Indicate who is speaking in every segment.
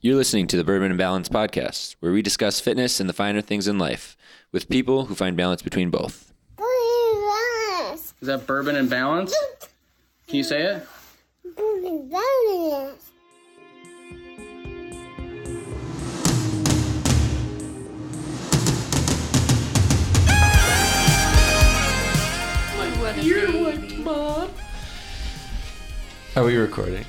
Speaker 1: You're listening to the Bourbon and Balance podcast, where we discuss fitness and the finer things in life with people who find balance between both.
Speaker 2: Balance.
Speaker 3: Is that bourbon and balance? Can you say it?
Speaker 2: Balance.
Speaker 1: Are we recording?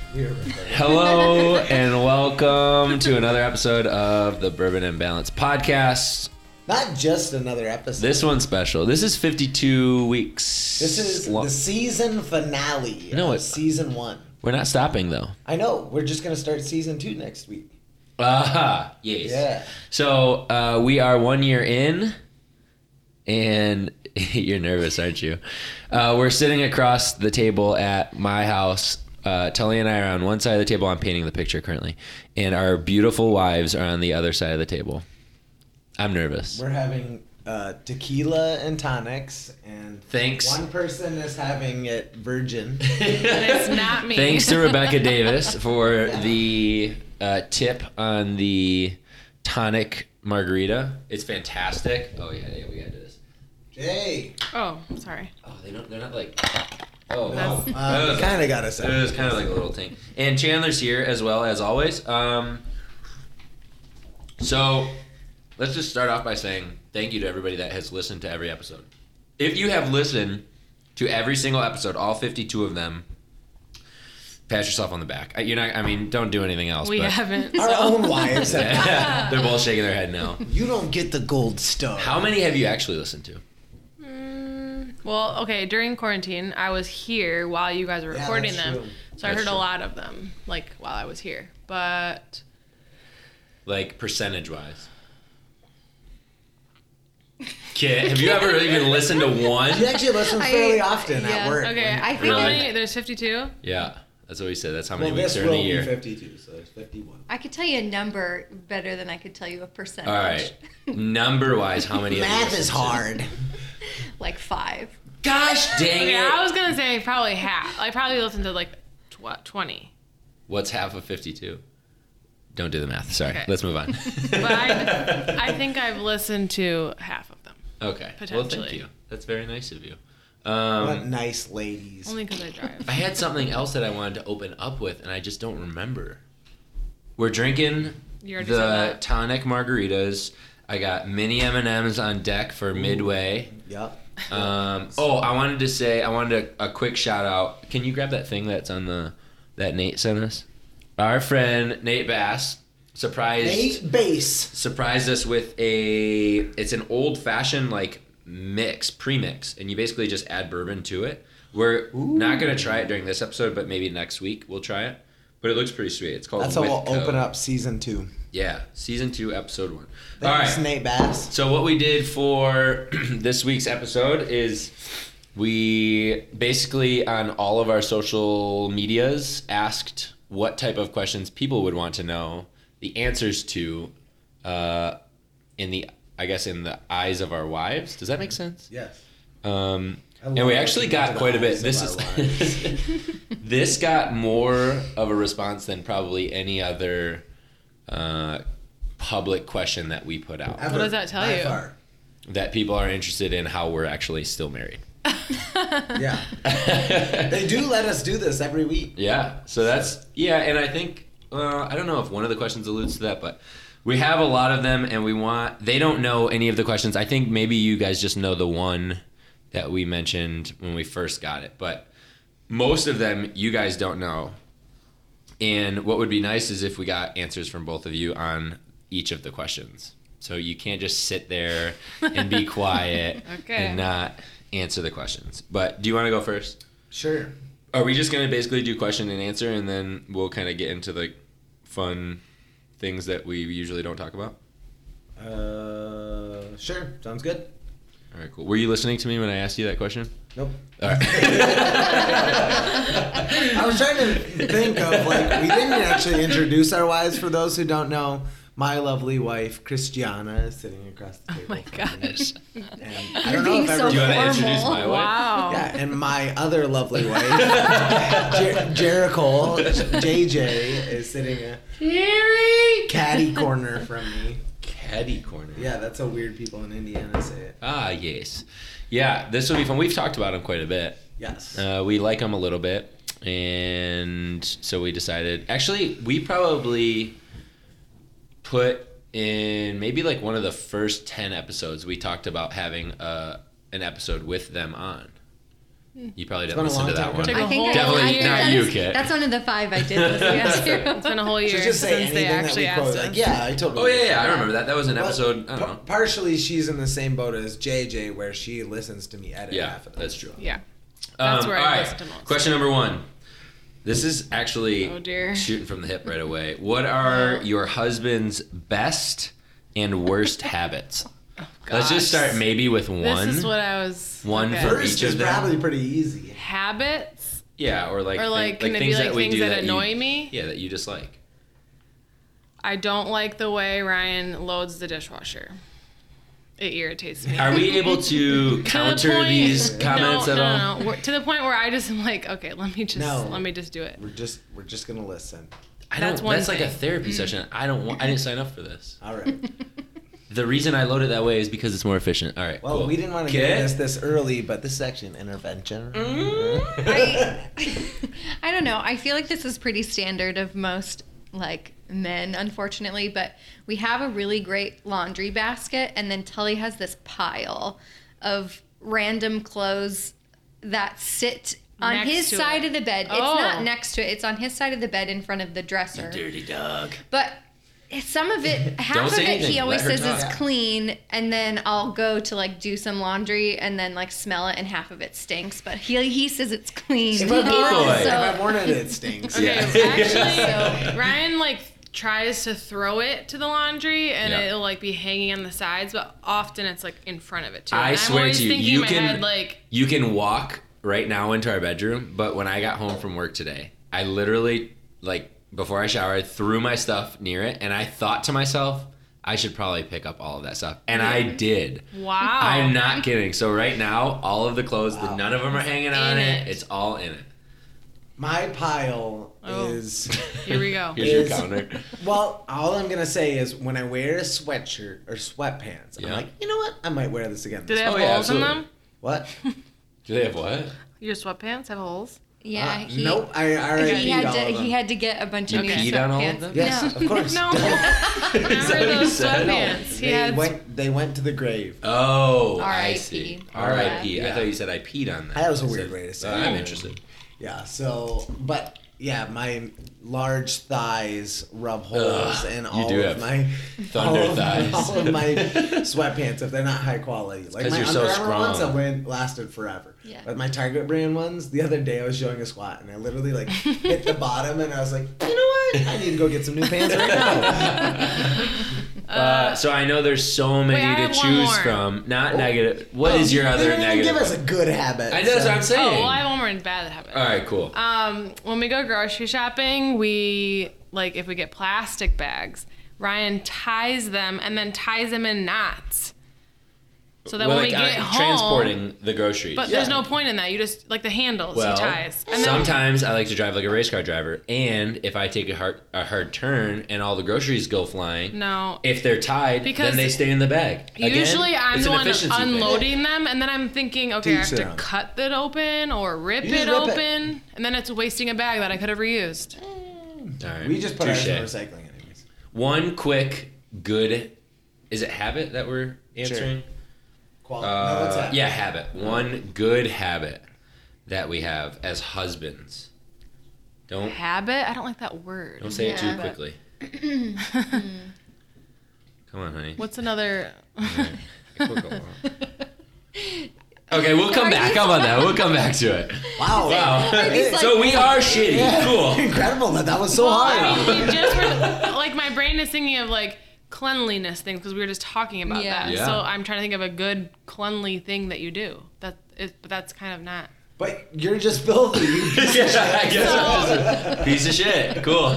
Speaker 1: Hello and welcome to another episode of the Bourbon and Balance podcast.
Speaker 4: Not just another episode.
Speaker 1: This one's special. This is 52 weeks.
Speaker 4: This, is
Speaker 1: lo-
Speaker 4: the season finale.
Speaker 1: No,
Speaker 4: of
Speaker 1: it's-
Speaker 4: season one.
Speaker 1: We're not stopping though.
Speaker 4: I know. We're just gonna start season two next week.
Speaker 1: Aha. Yes.
Speaker 4: Yeah.
Speaker 1: So uh, we are one year in, and you're nervous, aren't you? Uh, we're sitting across the table at my house. Uh, Tully and I are on one side of the table. I'm painting the picture currently, and our beautiful wives are on the other side of the table. I'm nervous.
Speaker 4: We're having uh, tequila and tonics, and
Speaker 1: Thanks.
Speaker 4: One person is having it virgin.
Speaker 5: It's not me.
Speaker 1: Thanks to Rebecca Davis for the uh, tip on the tonic margarita. It's fantastic. Oh yeah, yeah, we gotta do this.
Speaker 4: Hey.
Speaker 5: Oh, sorry.
Speaker 1: Oh, they don't. They're not like. Oh,
Speaker 4: No,
Speaker 5: That's-
Speaker 4: uh,
Speaker 1: Uh,
Speaker 4: kind of got us.
Speaker 1: It was kind of like a little thing. And Chandler's here as well as always. Um, so let's just start off by saying thank you to everybody that has listened to every episode. If you have listened to every single episode, all 52 of them, pat yourself on the back. Uh, You're not. I mean, don't do anything else.
Speaker 5: We
Speaker 1: but
Speaker 5: haven't.
Speaker 4: Our own wives. have-
Speaker 1: They're both shaking their head now.
Speaker 4: you don't get the gold star.
Speaker 1: How many have you actually listened to?
Speaker 5: Mm, well, okay, during quarantine, I was here while you guys were
Speaker 4: Yeah,
Speaker 5: recording
Speaker 4: that's
Speaker 5: them.
Speaker 4: true.
Speaker 5: So I
Speaker 1: That's
Speaker 5: heard
Speaker 1: true.
Speaker 5: a lot of them, like while I was here. But
Speaker 1: Like percentage wise. Kit, have you ever even listened to one?
Speaker 4: You actually listen fairly often at work.
Speaker 5: Okay,
Speaker 4: when-
Speaker 5: I think
Speaker 1: Really?
Speaker 5: how many, there's 52.
Speaker 1: Yeah, that's what we said. That's how many
Speaker 4: well,
Speaker 1: weeks
Speaker 4: this
Speaker 1: are in
Speaker 4: will
Speaker 1: a
Speaker 4: be
Speaker 1: year.
Speaker 4: fifty-two, so there's fifty-one.
Speaker 6: I could tell you a number better than I could tell you a percentage.
Speaker 1: All right, number wise, how many? have you
Speaker 4: Math is
Speaker 1: listened to?
Speaker 4: hard.
Speaker 6: like five.
Speaker 1: Gosh dang
Speaker 5: Yeah, I
Speaker 1: it!
Speaker 5: was gonna say probably half. I probably listened to like tw- 20.
Speaker 1: What's half of fifty-two? Don't do the math. Sorry.
Speaker 5: Okay.
Speaker 1: Let's move on.
Speaker 5: But I, I think I've listened to half of them.
Speaker 1: okay. Well, thank
Speaker 5: Potentially.
Speaker 1: you. That's very nice of you.
Speaker 4: What
Speaker 1: Um,
Speaker 4: nice ladies.
Speaker 5: Only because I drive.
Speaker 1: I had something else that I wanted to open up with, and I just don't remember. We're drinking
Speaker 5: You already
Speaker 1: the
Speaker 5: said that.
Speaker 1: tonic margaritas. I got mini M and M's on deck for midway.
Speaker 4: Yep.
Speaker 1: Um, oh, I wanted to say, I wanted a, a quick shout out. Can you grab that thing that's on the that Nate sent us? Our friend Nate Bass surprised
Speaker 4: Eight base.
Speaker 1: surprised us with a. It's an old fashioned like mix premix, and you basically just add bourbon to it. We're not gonna try it during this episode, but maybe next week we'll try it. But it looks pretty sweet. It's called.
Speaker 4: That's how we'll
Speaker 1: Whitco.
Speaker 4: open up season two.
Speaker 1: Yeah, season two, episode one.
Speaker 4: Thanks,
Speaker 1: All right.
Speaker 4: Nate Bass.
Speaker 1: So what we did for this week's episode is we basically on all of our social medias asked what type of questions people would want to know the answers to uh, in the I guess in the eyes of our wives. Does that make sense?
Speaker 4: Yes.
Speaker 1: Um,
Speaker 4: I
Speaker 1: and
Speaker 4: love
Speaker 1: we actually
Speaker 4: looking
Speaker 1: got
Speaker 4: into the
Speaker 1: quite a bit.
Speaker 4: eyes
Speaker 1: This
Speaker 4: of our
Speaker 1: is this got more of a response than probably any other uh, public question that we put out
Speaker 4: Ever,
Speaker 5: does that tell
Speaker 4: by
Speaker 5: you?
Speaker 4: far.
Speaker 1: that people are interested in how we're actually still married.
Speaker 4: Yeah. they do let us do this every week.
Speaker 1: yeah. So that's yeah, and I think uh, I don't know if one of the questions alludes to that, but we have a lot of them, and we want they don't know any of the questions. I think maybe you guys just know the one that we mentioned when we first got it, but most of them you guys don't know. And what would be nice is if we got answers from both of you on each of the questions. So you can't just sit there and be quiet
Speaker 5: Okay.
Speaker 1: and not answer the questions. But do you want to go first?
Speaker 4: Sure.
Speaker 1: Are we just gonna basically do question and answer, and then we'll kind of get into the fun things that we usually don't talk about?
Speaker 4: Uh, sure. Sounds good.
Speaker 1: All right, cool. Were you listening to me when I asked you that question?
Speaker 4: Nope.
Speaker 1: All right.
Speaker 4: I was trying to think of like we didn't actually introduce our wives for those who don't know. My lovely wife Christiana is sitting across the table.
Speaker 5: Oh my
Speaker 4: from me.
Speaker 5: gosh.
Speaker 4: And I don't know
Speaker 6: being
Speaker 4: if
Speaker 6: so
Speaker 4: everyone-
Speaker 1: Do you want to
Speaker 6: Formal.
Speaker 1: introduce my wife?
Speaker 5: Wow.
Speaker 4: Yeah, and my other lovely wife, Jer- Jericho, JJ, is sitting. uh,
Speaker 5: Jerry.
Speaker 4: caddy corner from me.
Speaker 1: Caddy corner.
Speaker 4: Yeah, that's how weird people in Indiana say it.
Speaker 1: Ah, yes. Yeah, this will be fun. We've talked about him quite a bit.
Speaker 4: Yes.
Speaker 1: Uh, we like him a little bit, and so we decided. Actually, we probably put in maybe like one of the first ten episodes. We talked about having uh, an episode with them on.
Speaker 5: Hmm.
Speaker 1: You probably didn't
Speaker 4: been a
Speaker 1: listen to
Speaker 4: long
Speaker 1: that
Speaker 4: time
Speaker 1: one.
Speaker 5: ago.
Speaker 6: I think I-
Speaker 1: Definitely
Speaker 6: I think
Speaker 1: not
Speaker 6: that
Speaker 1: you,
Speaker 6: is-
Speaker 1: Kit.
Speaker 6: That's one of the five I did listen to.
Speaker 5: It's been a whole year
Speaker 4: Should just say
Speaker 5: since
Speaker 4: anything
Speaker 5: they actually
Speaker 4: that we
Speaker 5: asked
Speaker 4: quote.
Speaker 5: us.
Speaker 4: Like, yeah, I totally.
Speaker 1: Oh yeah, yeah, I remember that. That was an
Speaker 4: But
Speaker 1: episode. I don't
Speaker 4: pa-
Speaker 1: know.
Speaker 4: partially, she's in the same boat as JJ, where she listens to me edit
Speaker 1: Yeah,
Speaker 4: half of them.
Speaker 1: that's true.
Speaker 5: Yeah. That's where I
Speaker 1: Um, all
Speaker 5: listen to most.
Speaker 1: Question number one. This is actually
Speaker 5: Oh, dear.
Speaker 1: shooting from the hip right away. What are your husband's best and worst habits? Let's just
Speaker 5: gosh.
Speaker 1: start maybe with one.
Speaker 5: This is what I was.
Speaker 1: One
Speaker 5: okay.
Speaker 1: for-
Speaker 4: First
Speaker 1: each
Speaker 4: is
Speaker 1: of them.
Speaker 4: probably pretty easy.
Speaker 5: habits,
Speaker 1: yeah, or like
Speaker 5: or
Speaker 1: thi-
Speaker 5: like, can it be
Speaker 1: things
Speaker 5: like
Speaker 1: that we
Speaker 5: things
Speaker 1: do
Speaker 5: that,
Speaker 1: that you-
Speaker 5: annoy me?
Speaker 1: Yeah, that you dislike.
Speaker 5: I don't like the way Ryan loads the dishwasher. It irritates me.
Speaker 1: Are we able to
Speaker 5: To the
Speaker 1: counter
Speaker 5: point-
Speaker 1: these
Speaker 5: no,
Speaker 1: comments
Speaker 5: no,
Speaker 1: at all?
Speaker 5: No, no, We're- To the point where I just am like, okay, let me just
Speaker 4: No.
Speaker 5: let me just do it.
Speaker 4: We're just we're just gonna listen.
Speaker 1: I don't, that's
Speaker 5: That's one
Speaker 1: like a
Speaker 5: thing. Mm.
Speaker 1: therapy session. I don't want. I didn't sign up for this.
Speaker 4: All right.
Speaker 1: The reason I load it that way is because it's more efficient. All right.
Speaker 4: Well,
Speaker 1: cool.
Speaker 4: we didn't want to get
Speaker 1: Kit?
Speaker 4: this this early, but this section intervention.
Speaker 5: Mm-hmm.
Speaker 6: I, I don't know. I feel like this is pretty standard of most like men, unfortunately, but we have a really great laundry basket, and then Tully has this pile of random clothes that sit on
Speaker 5: Next
Speaker 6: his
Speaker 5: to
Speaker 6: side
Speaker 5: it.
Speaker 6: of the bed.
Speaker 5: Oh.
Speaker 6: It's not next to it, it's on his side of the bed in front of the dresser.
Speaker 1: Dirty dog.
Speaker 6: But some of it,
Speaker 1: Don't
Speaker 6: half of
Speaker 1: say
Speaker 6: it,
Speaker 1: anything.
Speaker 6: he
Speaker 1: Let
Speaker 6: always
Speaker 1: her
Speaker 6: says is
Speaker 1: talk.
Speaker 6: clean, and then I'll go to like do some laundry and then like smell it, and half of it stinks. But he he says it's clean.
Speaker 4: If I'm
Speaker 1: boy.
Speaker 4: warning, if I'm
Speaker 6: So
Speaker 4: warning, it stinks.
Speaker 5: Okay,
Speaker 1: Yeah.
Speaker 5: actually, Ryan like tries to throw it to the laundry, and
Speaker 1: Yeah.
Speaker 5: it'll like be hanging on the sides, but often it's like in front of it too.
Speaker 1: I
Speaker 5: And
Speaker 1: swear
Speaker 5: I'm always
Speaker 1: to you,
Speaker 5: thinking
Speaker 1: you
Speaker 5: in my
Speaker 1: can-
Speaker 5: head like,
Speaker 1: You can walk right now into our bedroom, but when I got home from work today, I literally like before I showered threw my stuff near it, and I thought to myself, I should probably pick up all of that stuff, and I did.
Speaker 5: wow.
Speaker 1: I'm not kidding. So right now, all of the clothes, the-
Speaker 4: Wow.
Speaker 1: none of them are hanging on it.
Speaker 5: it.
Speaker 1: It's all in it.
Speaker 4: My pile
Speaker 5: Oh.
Speaker 4: is
Speaker 5: Here we go.
Speaker 1: Here's your
Speaker 4: Is-
Speaker 1: counter.
Speaker 4: well. All I'm gonna say is when I wear a sweatshirt or sweatpants, I'm
Speaker 1: Yeah.
Speaker 4: like, you know what? I might wear this again.
Speaker 5: Do they have
Speaker 1: Oh, yeah,
Speaker 5: holes in
Speaker 1: absolutely.
Speaker 5: them?
Speaker 4: what?
Speaker 1: Do they have what?
Speaker 5: Your sweatpants have holes?
Speaker 6: yeah,
Speaker 4: Ah,
Speaker 6: he,
Speaker 4: nope. I, I already
Speaker 6: he
Speaker 4: peed
Speaker 6: had
Speaker 4: all
Speaker 6: to
Speaker 4: of them.
Speaker 6: he had to get a bunch
Speaker 1: You
Speaker 6: of new
Speaker 1: peed on all of
Speaker 6: sweatpants.
Speaker 1: them?
Speaker 4: Yes,
Speaker 6: No.
Speaker 4: of course.
Speaker 5: No.
Speaker 1: Is
Speaker 5: Remember
Speaker 1: that what you
Speaker 5: those
Speaker 1: said?
Speaker 5: sweatpants? He
Speaker 4: They
Speaker 5: had
Speaker 4: went. They went to the grave.
Speaker 1: Oh, I
Speaker 6: R.I.P..
Speaker 1: see.
Speaker 6: Yeah.
Speaker 1: R.I.P. I thought you said I peed on that.
Speaker 4: That was a
Speaker 1: I
Speaker 4: weird
Speaker 1: said- "Uh,
Speaker 4: way to say
Speaker 1: I'm
Speaker 4: it.
Speaker 1: interested.
Speaker 4: Yeah. So, but yeah, my large thighs rub holes
Speaker 1: Ugh,
Speaker 4: in
Speaker 1: you
Speaker 4: all
Speaker 1: do
Speaker 4: of
Speaker 1: have
Speaker 4: my
Speaker 1: thunder
Speaker 4: all of-
Speaker 1: thighs.
Speaker 4: all of my sweatpants if they're not high quality. Like
Speaker 1: 'cause
Speaker 4: my
Speaker 1: you're so
Speaker 4: Under Armour ones, I
Speaker 1: strong.
Speaker 4: went lasted forever.
Speaker 6: Yeah.
Speaker 4: But my Target brand ones, the other day I was showing a squat and I literally like hit the bottom and I was like, you know what? I need to go get some new pants right now.
Speaker 1: Uh, so I know there's so many
Speaker 5: I
Speaker 1: to
Speaker 5: have one
Speaker 1: choose
Speaker 5: more.
Speaker 1: from. Not negative. What is your
Speaker 4: they
Speaker 1: other
Speaker 4: Oh. didn't even
Speaker 1: negative?
Speaker 4: give us a good habit.
Speaker 1: I know that's
Speaker 4: so-
Speaker 1: what I'm
Speaker 5: Oh,
Speaker 1: saying.
Speaker 5: well, I have one more in bad habit.
Speaker 1: All right, cool.
Speaker 5: Um, when we go grocery shopping, we like if we get plastic bags, Ryan ties them and then ties them in knots. So that
Speaker 1: Well,
Speaker 5: when we
Speaker 1: like, uh,
Speaker 5: get home,
Speaker 1: transporting the groceries.
Speaker 5: but there's no point in that. You just like the handles,
Speaker 1: well,
Speaker 5: he ties. And then
Speaker 1: sometimes I like to drive like a race car driver, and if I take a hard a hard turn and all the groceries go flying,
Speaker 5: no.
Speaker 1: if they're tied,
Speaker 5: Because
Speaker 1: then they stay in the bag. Again,
Speaker 5: Usually I'm
Speaker 1: it's
Speaker 5: the
Speaker 1: an
Speaker 5: one
Speaker 1: efficiency thing.
Speaker 5: unloading them, and then I'm thinking, okay, I
Speaker 4: Teach
Speaker 5: have to
Speaker 4: them.
Speaker 5: cut it open or rip
Speaker 4: You just
Speaker 5: it
Speaker 4: rip it.
Speaker 5: open, and then it's wasting a bag that I could have reused.
Speaker 1: All right,
Speaker 4: We just put ours in
Speaker 1: touche.
Speaker 4: recycling anyways.
Speaker 1: One quick good. Is it habit that we're answering?
Speaker 4: Quality. no, that's
Speaker 1: Uh,
Speaker 4: habit.
Speaker 1: yeah, habit. One good habit that we have as husbands. Don't
Speaker 5: Habit? I don't like that word.
Speaker 1: don't say it too
Speaker 6: Yeah.
Speaker 1: quickly. Come on, honey.
Speaker 5: What's another?
Speaker 1: okay, we'll come back. How about that? We'll come back to it.
Speaker 4: Wow.
Speaker 1: Wow.
Speaker 4: It's like-
Speaker 1: so we are shitty.
Speaker 4: Yeah.
Speaker 1: Cool.
Speaker 4: Incredible that that was so
Speaker 5: I
Speaker 4: hard.
Speaker 5: mean, we just were, like my brain is thinking of like cleanliness things because we were just talking about
Speaker 6: Yeah.
Speaker 5: that.
Speaker 1: Yeah.
Speaker 5: So I'm trying to think of a good cleanly thing that you do. That is, but that's kind of not.
Speaker 4: But you're just filthy. You just-
Speaker 1: yeah, I guess I'm just a piece of shit. Cool.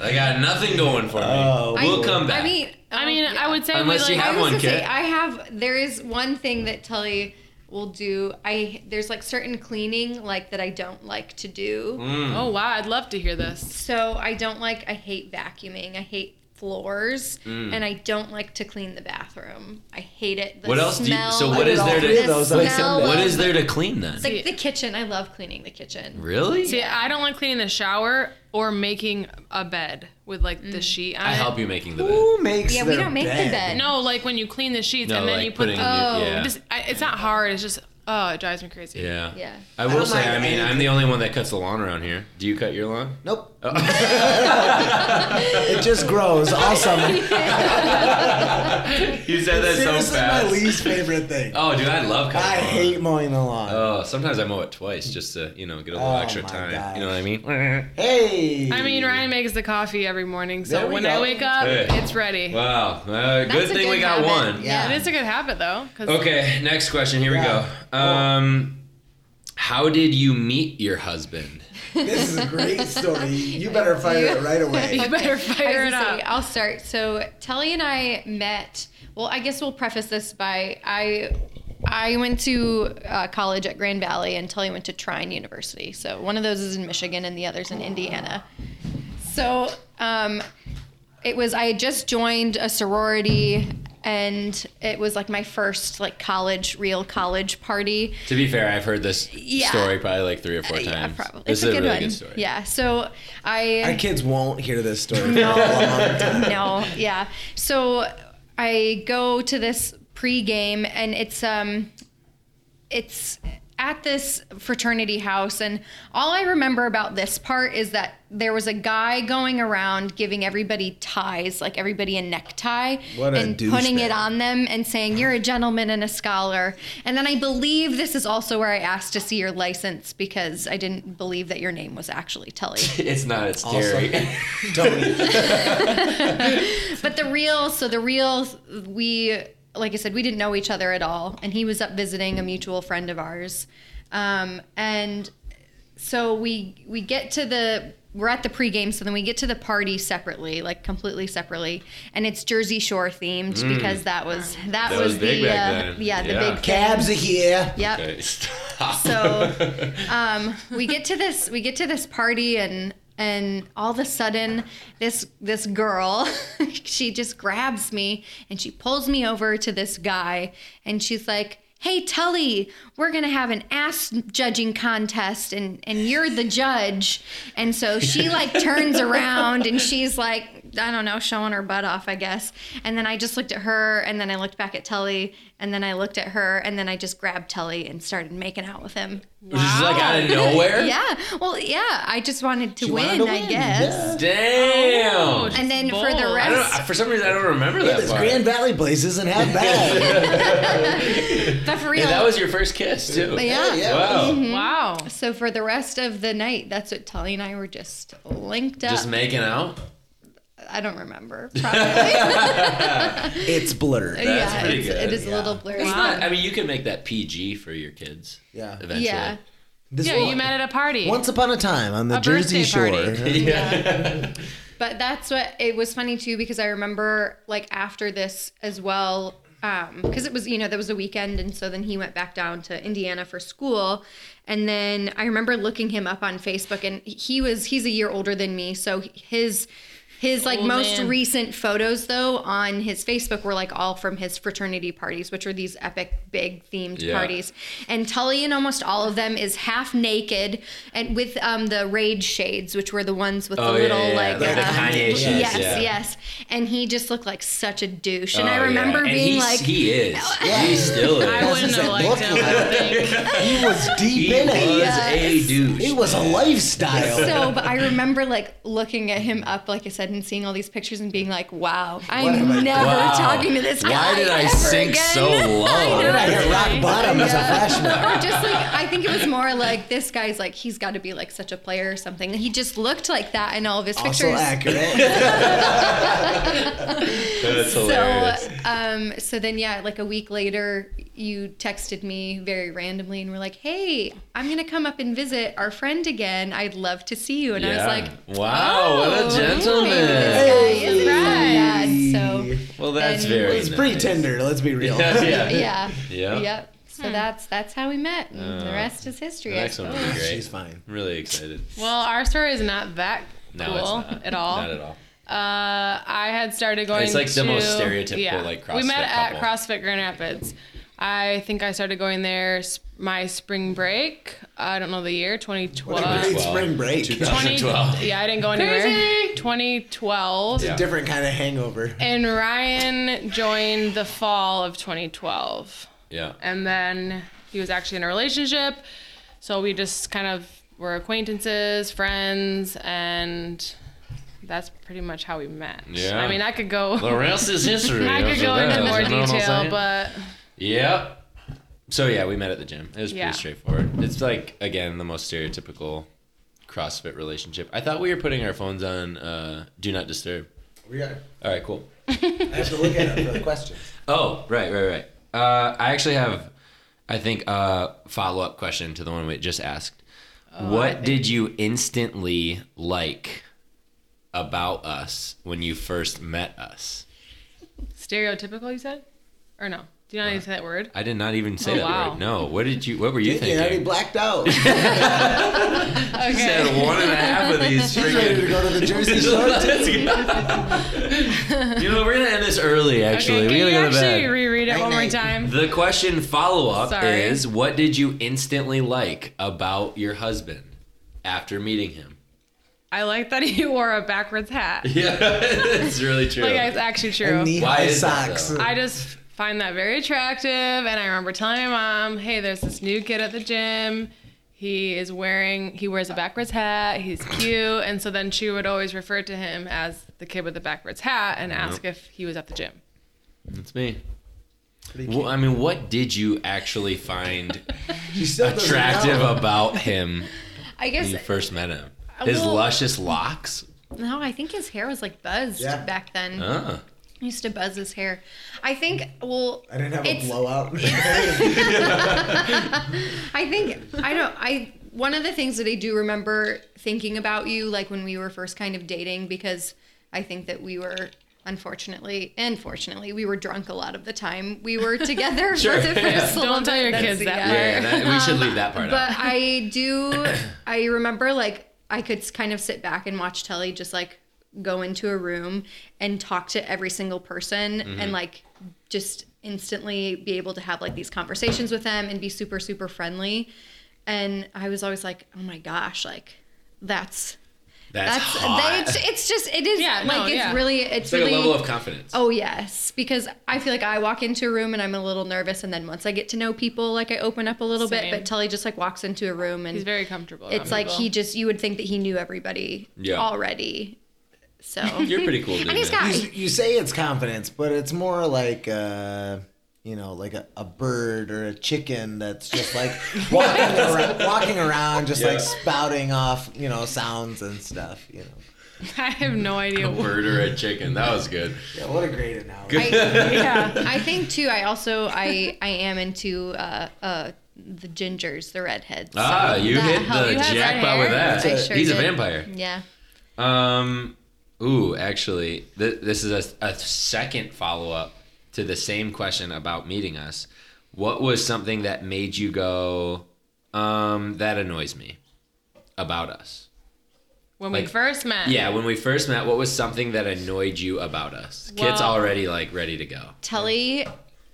Speaker 1: I got nothing going for me.
Speaker 4: Oh,
Speaker 1: we'll
Speaker 4: I-
Speaker 1: come back.
Speaker 6: I mean,
Speaker 5: I mean,
Speaker 6: Oh, yeah.
Speaker 5: I would say
Speaker 1: Unless
Speaker 5: we
Speaker 1: you
Speaker 5: like
Speaker 1: have
Speaker 6: I was
Speaker 1: one,
Speaker 6: gonna say,
Speaker 1: Kit.
Speaker 6: I have. There is one thing that Tully will do. I there's like certain cleaning like that I don't like to do.
Speaker 1: Mm.
Speaker 5: Oh wow, I'd Oh, love to hear this.
Speaker 6: So I don't like. I hate vacuuming. I hate floors,
Speaker 1: Mm.
Speaker 6: and I don't like to clean the bathroom. I hate it. The
Speaker 1: What else do you-
Speaker 6: smell
Speaker 1: so what
Speaker 6: of
Speaker 1: is
Speaker 6: it
Speaker 1: there to-
Speaker 6: all. The
Speaker 1: Three of
Speaker 4: those, like,
Speaker 6: smell
Speaker 4: someday.
Speaker 1: What
Speaker 6: of-
Speaker 1: is there to clean then?
Speaker 6: It's like uh, the kitchen. I love cleaning the kitchen.
Speaker 1: really?
Speaker 5: See, I don't like cleaning the shower or making a bed with like
Speaker 6: Mm.
Speaker 5: the sheet on
Speaker 1: I
Speaker 5: it.
Speaker 1: help you making the bed.
Speaker 4: Who makes
Speaker 6: Yeah, we
Speaker 4: their
Speaker 6: don't make the bed.
Speaker 5: No, like when you clean the sheets
Speaker 1: No,
Speaker 5: and then
Speaker 1: like
Speaker 5: you put
Speaker 1: putting
Speaker 5: the.
Speaker 6: Oh.
Speaker 1: you, yeah.
Speaker 5: Just, I, it's not hard. It's just oh, it drives me crazy.
Speaker 1: yeah.
Speaker 6: Yeah.
Speaker 1: I
Speaker 4: I
Speaker 1: will
Speaker 4: don't
Speaker 1: say,
Speaker 4: like
Speaker 1: I mean, I'm
Speaker 4: anything.
Speaker 1: the only one that cuts the lawn around here. Do you cut your lawn?
Speaker 4: Nope.
Speaker 1: Oh.
Speaker 4: It just grows all summer.
Speaker 1: you said that so
Speaker 4: Seriously, my
Speaker 1: fast.
Speaker 4: least favorite thing.
Speaker 1: Oh, dude, I love cutting.
Speaker 4: I
Speaker 1: the lawn.
Speaker 4: hate mowing the lawn.
Speaker 1: Oh, sometimes I mow it twice just to you know get a little
Speaker 4: Oh,
Speaker 1: extra
Speaker 4: my
Speaker 1: time.
Speaker 4: gosh.
Speaker 1: You know what I mean?
Speaker 4: hey.
Speaker 5: I mean, Ryan makes the coffee every morning,
Speaker 4: There
Speaker 5: so
Speaker 4: we
Speaker 5: when
Speaker 4: go.
Speaker 5: I wake up,
Speaker 1: Hey.
Speaker 5: it's ready.
Speaker 1: Wow. Uh, good
Speaker 6: a
Speaker 1: thing we
Speaker 6: good
Speaker 1: got
Speaker 6: habit.
Speaker 1: one.
Speaker 4: Yeah.
Speaker 5: It is a good habit though. 'cause-
Speaker 1: Okay, next question. Here
Speaker 4: Yeah.
Speaker 1: we go. Um, how did you meet your husband?
Speaker 4: This is a great story. You better fire it right away.
Speaker 5: You better fire
Speaker 6: I
Speaker 5: it
Speaker 6: was gonna
Speaker 5: up.
Speaker 6: say, I'll start. So Telly and I met. Well, I guess we'll preface this by I I went to uh, college at Grand Valley, and Telly went to Trine University. So one of those is in Michigan, and the other's in Indiana. So um, it was I had just joined a sorority. And it was like my first like college, real college party.
Speaker 1: To be fair, I've heard this
Speaker 6: Yeah. Uh,
Speaker 1: story probably like three or four
Speaker 6: Yeah,
Speaker 1: times.
Speaker 6: probably.
Speaker 1: This
Speaker 6: It's
Speaker 1: is
Speaker 6: a good
Speaker 1: really
Speaker 6: one.
Speaker 1: good story.
Speaker 6: Yeah. So I
Speaker 4: Our kids won't hear this story. for a long time.
Speaker 6: no, yeah. So I go to this pregame, and it's um, it's at this fraternity house, and all I remember about this part is that there was a guy going around giving everybody ties, like everybody a necktie,
Speaker 4: What a
Speaker 6: and putting
Speaker 4: douchebag.
Speaker 6: it on them and saying you're a gentleman and a scholar. And then I believe this is also where I asked to see your license because I didn't believe that your name was actually Tully.
Speaker 1: It's not. It's
Speaker 4: Also,
Speaker 1: Terry.
Speaker 4: Tony.
Speaker 6: But the real, so the real, we, like I said, we didn't know each other at all. And he was up visiting a mutual friend of ours. Um, and so we, we get to the, we're at the pregame. So then we get to the party separately, like completely separately. And it's Jersey Shore themed because that was,
Speaker 1: Mm. That
Speaker 6: that, was,
Speaker 1: was big
Speaker 6: the,
Speaker 1: back
Speaker 6: uh,
Speaker 1: then.
Speaker 6: yeah, the
Speaker 1: Yeah.
Speaker 6: big thing.
Speaker 4: Cabs are here.
Speaker 6: Yep
Speaker 1: Okay, stop.
Speaker 6: so um, we get to this we get to this party and and all of a sudden this this girl she just grabs me and she pulls me over to this guy and she's like hey tully we're gonna have an ass judging contest and and you're the judge and so she like turns around and she's like i don't know showing her butt off i guess and then i just looked at her and then i looked back at tully and then i looked at her and then i just grabbed tully and started making out with him
Speaker 1: Which is like out of nowhere.
Speaker 6: yeah. Well, yeah. I just wanted to, win,
Speaker 4: wanted to
Speaker 6: I
Speaker 4: win,
Speaker 6: guess.
Speaker 1: Damn.
Speaker 5: Oh, just
Speaker 6: uh, And then for the
Speaker 5: bold.
Speaker 1: I
Speaker 6: rest,
Speaker 1: don't. For some reason, I don't remember
Speaker 4: Yeah.
Speaker 1: that
Speaker 4: This
Speaker 1: part.
Speaker 4: Grand Valley place isn't half bad.
Speaker 6: but for real,
Speaker 1: Yeah, that was your first kiss too.
Speaker 6: but yeah. Mm-hmm.
Speaker 4: Yeah.
Speaker 1: Wow.
Speaker 6: hmm?
Speaker 5: Wow.
Speaker 6: So for the rest of the night, that's what Tully and I were just linked up.
Speaker 1: Just making out.
Speaker 6: I don't remember. Probably.
Speaker 4: It's blurred.
Speaker 1: That's
Speaker 6: yeah,
Speaker 1: pretty
Speaker 6: it's,
Speaker 1: good.
Speaker 6: it is a little blurry.
Speaker 1: It's not. I mean, you can make that PG for your kids
Speaker 4: Yeah.
Speaker 1: eventually.
Speaker 6: Yeah.
Speaker 4: This
Speaker 5: Yeah,
Speaker 4: one-
Speaker 5: you met at a party.
Speaker 4: Once upon a time on the
Speaker 5: A
Speaker 4: Jersey
Speaker 5: birthday
Speaker 4: Shore.
Speaker 5: party.
Speaker 1: Oh,
Speaker 6: But that's what it was funny too because I remember like after this as well because it was you know there was a weekend and so then he went back down to Indiana for school and then I remember looking him up on Facebook and he was he's a year older than me so his his like
Speaker 5: Old
Speaker 6: most
Speaker 5: man.
Speaker 6: recent photos though on his Facebook were like all from his fraternity parties which are these epic big themed
Speaker 1: Yeah.
Speaker 6: parties and Tully in almost all of them is half naked and with um the rage shades which were the ones with
Speaker 1: Oh,
Speaker 6: the
Speaker 1: yeah,
Speaker 6: little
Speaker 1: yeah,
Speaker 6: like
Speaker 1: like the
Speaker 6: um,
Speaker 1: Kanye shades,
Speaker 6: yes
Speaker 1: yeah.
Speaker 6: yes and he just looked like such a douche and
Speaker 1: Oh,
Speaker 6: i
Speaker 1: yeah.
Speaker 6: remember
Speaker 1: And
Speaker 6: being
Speaker 1: he's-
Speaker 6: like
Speaker 1: he is. He still is.
Speaker 5: I wouldn't
Speaker 4: Doesn't
Speaker 5: have
Speaker 4: that
Speaker 5: liked
Speaker 4: look
Speaker 5: him. I don't think.
Speaker 4: He was deep
Speaker 1: He
Speaker 4: in
Speaker 1: was
Speaker 4: it.
Speaker 1: a douche.
Speaker 4: It was a lifestyle.
Speaker 6: so but i remember like looking at him up like i said and seeing all these pictures and being like wow
Speaker 4: have I
Speaker 6: i'm
Speaker 4: done?
Speaker 6: never
Speaker 1: Wow.
Speaker 6: talking to this guy
Speaker 1: Why did I
Speaker 6: ever
Speaker 1: sink
Speaker 6: again.
Speaker 1: so
Speaker 6: I
Speaker 1: low?
Speaker 6: know.
Speaker 4: I hit rock bottom as a freshman.
Speaker 6: or just like I think it was more like this guy's like he's got to be like such a player or something. He just looked like that in all of his
Speaker 4: Also
Speaker 6: pictures.
Speaker 4: accurate.
Speaker 1: That's
Speaker 6: So,
Speaker 1: hilarious.
Speaker 6: um, so then, yeah, like a week later, you texted me very randomly and were like, "Hey, I'm gonna come up and visit our friend again. I'd love to see you." And I was like,
Speaker 1: wow, what a
Speaker 6: "Oh,
Speaker 1: gentleman.
Speaker 6: maybe this guy is right." Yeah, so
Speaker 1: Well, that's
Speaker 6: And-
Speaker 1: very.
Speaker 4: It's pretty
Speaker 1: nice.
Speaker 4: tender, let's be real.
Speaker 1: Yeah, yeah.
Speaker 6: yeah,
Speaker 1: Yeah. Uh,
Speaker 6: yep. So that's that's how we met. And the rest is history.
Speaker 1: The
Speaker 6: I
Speaker 1: next one will
Speaker 6: suppose.
Speaker 1: be great.
Speaker 4: She's fine.
Speaker 1: I'm really excited.
Speaker 5: Well, our story is not that
Speaker 1: No,
Speaker 5: cool
Speaker 1: it's not.
Speaker 5: at all.
Speaker 1: Not at all.
Speaker 5: Uh, I had started going.
Speaker 1: It's like the
Speaker 5: to-
Speaker 1: most stereotypical, like,
Speaker 5: we
Speaker 1: CrossFit
Speaker 5: met at
Speaker 1: couple.
Speaker 5: CrossFit Grand Rapids. I think I started going there s- my spring break. uh, I don't know the year, 2012.
Speaker 4: What a great
Speaker 1: 2012.
Speaker 4: spring break.
Speaker 1: 2000.
Speaker 5: 2012.
Speaker 1: 2012.
Speaker 5: Yeah, I didn't go anywhere. 2012.
Speaker 1: Yeah.
Speaker 4: Different kind of hangover.
Speaker 5: And Ryan joined the fall of 2012.
Speaker 1: Yeah.
Speaker 5: And then he was actually in a relationship. So we just kind of were acquaintances, friends, and that's pretty much how we met.
Speaker 1: Yeah.
Speaker 5: I mean, I could go.
Speaker 1: The rest is history.
Speaker 5: I could
Speaker 1: after
Speaker 5: go into
Speaker 1: that,
Speaker 5: more
Speaker 1: you know what I'm
Speaker 5: detail,
Speaker 1: saying?
Speaker 5: but
Speaker 1: Yep. So yeah, we met at the gym. It was
Speaker 5: Yeah.
Speaker 1: pretty straightforward. It's like again the most stereotypical CrossFit relationship. I thought we were putting our phones on uh, do not disturb.
Speaker 4: We got,
Speaker 1: All right, cool.
Speaker 4: I have to look at it for the questions.
Speaker 1: Oh, right, right, right. Uh, I actually have, I think, a follow up question to the one we just asked.
Speaker 5: Oh,
Speaker 1: what did you instantly like about us when you first met us?
Speaker 5: stereotypical, you said? Or no? Do you not even say that word?
Speaker 1: I did not even say
Speaker 5: Oh,
Speaker 1: that
Speaker 5: wow.
Speaker 1: word. No. What did you? What were you
Speaker 4: You already
Speaker 1: thinking?
Speaker 4: blacked out.
Speaker 1: I said one and a half of these
Speaker 4: He's ready to
Speaker 1: freaking.
Speaker 4: go to the Jersey Shore.
Speaker 1: Let's go. you know, we're gonna end this early. Actually,
Speaker 5: okay,
Speaker 1: we
Speaker 5: can
Speaker 1: gotta
Speaker 5: you
Speaker 1: go to
Speaker 5: actually
Speaker 1: bed.
Speaker 5: reread it
Speaker 4: Night,
Speaker 5: one more
Speaker 4: night.
Speaker 5: time?
Speaker 1: the question follow up
Speaker 5: Sorry.
Speaker 1: is: What did you instantly like about your husband after meeting him?
Speaker 5: I like that he wore a backwards hat.
Speaker 1: Yeah, that's really true.
Speaker 5: Like it's actually true.
Speaker 4: And knee
Speaker 1: Why
Speaker 4: high
Speaker 1: is that,
Speaker 4: socks.
Speaker 1: though?
Speaker 5: I just find that very attractive, and I remember telling my mom, "Hey, there's this new kid at the gym. He is wearing he wears a backwards hat. He's cute." And so then she would always refer to him as the kid with the backwards hat and ask if he was at the gym.
Speaker 1: That's me. Well, I mean, what did you actually find
Speaker 4: She still doesn't
Speaker 1: attractive
Speaker 4: know.
Speaker 1: about him
Speaker 6: I
Speaker 1: when
Speaker 6: guess
Speaker 1: you first met him?
Speaker 5: uh,
Speaker 1: His
Speaker 6: Well-
Speaker 1: luscious locks.
Speaker 6: no. I think his hair was like buzzed
Speaker 4: Yeah.
Speaker 6: back
Speaker 5: uh,
Speaker 6: then.
Speaker 1: Ah,
Speaker 6: He used to buzz his hair. I think. Well,
Speaker 4: I didn't have
Speaker 6: It's-
Speaker 4: a blowout.
Speaker 6: I think I don't. I one of the things that I do remember thinking about you, like when we were first kind of dating, because I think that we were unfortunately and fortunately we were drunk a lot of the time we were together
Speaker 1: Sure,
Speaker 6: for the
Speaker 1: yeah.
Speaker 6: first
Speaker 5: Don't
Speaker 6: little
Speaker 5: tell
Speaker 6: bit.
Speaker 5: your
Speaker 6: That's-
Speaker 5: kids that
Speaker 6: yeah.
Speaker 5: part.
Speaker 1: yeah, that, we should leave that part
Speaker 6: But
Speaker 1: out.
Speaker 6: I do. I remember like I could s- kind of sit back and watch telly, just like go into a room and talk to every single person,
Speaker 1: Mm-hmm.
Speaker 6: and like just instantly be able to have like these conversations with them and be super super friendly. And I was always like, oh my gosh, like that's
Speaker 1: That's,
Speaker 6: that's
Speaker 1: hot.
Speaker 6: it's, it's just it is
Speaker 5: Yeah,
Speaker 6: like
Speaker 5: no,
Speaker 6: it's
Speaker 5: yeah.
Speaker 6: really
Speaker 1: it's
Speaker 6: it's,
Speaker 1: like
Speaker 6: really
Speaker 1: a level of confidence.
Speaker 6: Oh yes, because I feel like I walk into a room and I'm a little nervous, and then once I get to know people, like I open up a little
Speaker 5: Same.
Speaker 6: bit. But Tully just like walks into a room and
Speaker 5: He's very comfortable. around
Speaker 6: it's like
Speaker 5: people.
Speaker 6: he just you would think that he knew everybody
Speaker 1: Yeah.
Speaker 6: already. So
Speaker 1: You're pretty cool, dude.
Speaker 6: and he's
Speaker 1: man.
Speaker 6: got
Speaker 4: you, you say it's confidence, but it's more like uh, you know, like a, a bird or a chicken that's just like walking around, walking around, just
Speaker 1: Yeah.
Speaker 4: like spouting off, you know, sounds and stuff. You know,
Speaker 5: I have no idea.
Speaker 1: a
Speaker 5: what-
Speaker 1: bird or a chicken. That was good.
Speaker 4: yeah, what a great analogy.
Speaker 6: I,
Speaker 5: Yeah.
Speaker 6: I think too. I also I I am into uh uh the gingers, the redheads. So
Speaker 1: Ah, you
Speaker 6: that
Speaker 1: hit
Speaker 6: helped.
Speaker 1: the
Speaker 5: You have red
Speaker 1: jackpot with
Speaker 5: hair.
Speaker 1: that.
Speaker 6: I sure
Speaker 1: he's a
Speaker 6: did.
Speaker 1: vampire.
Speaker 6: Yeah.
Speaker 1: Um, ooh, actually, th- this is a, a second follow up to the same question about meeting us. What was something that made you go, um, that annoys me about us?
Speaker 5: When we
Speaker 1: Like-
Speaker 5: first met.
Speaker 1: Yeah, when we first met, what was something that annoyed you about us? Kit's
Speaker 5: Well-
Speaker 1: already like ready to go.
Speaker 6: Telly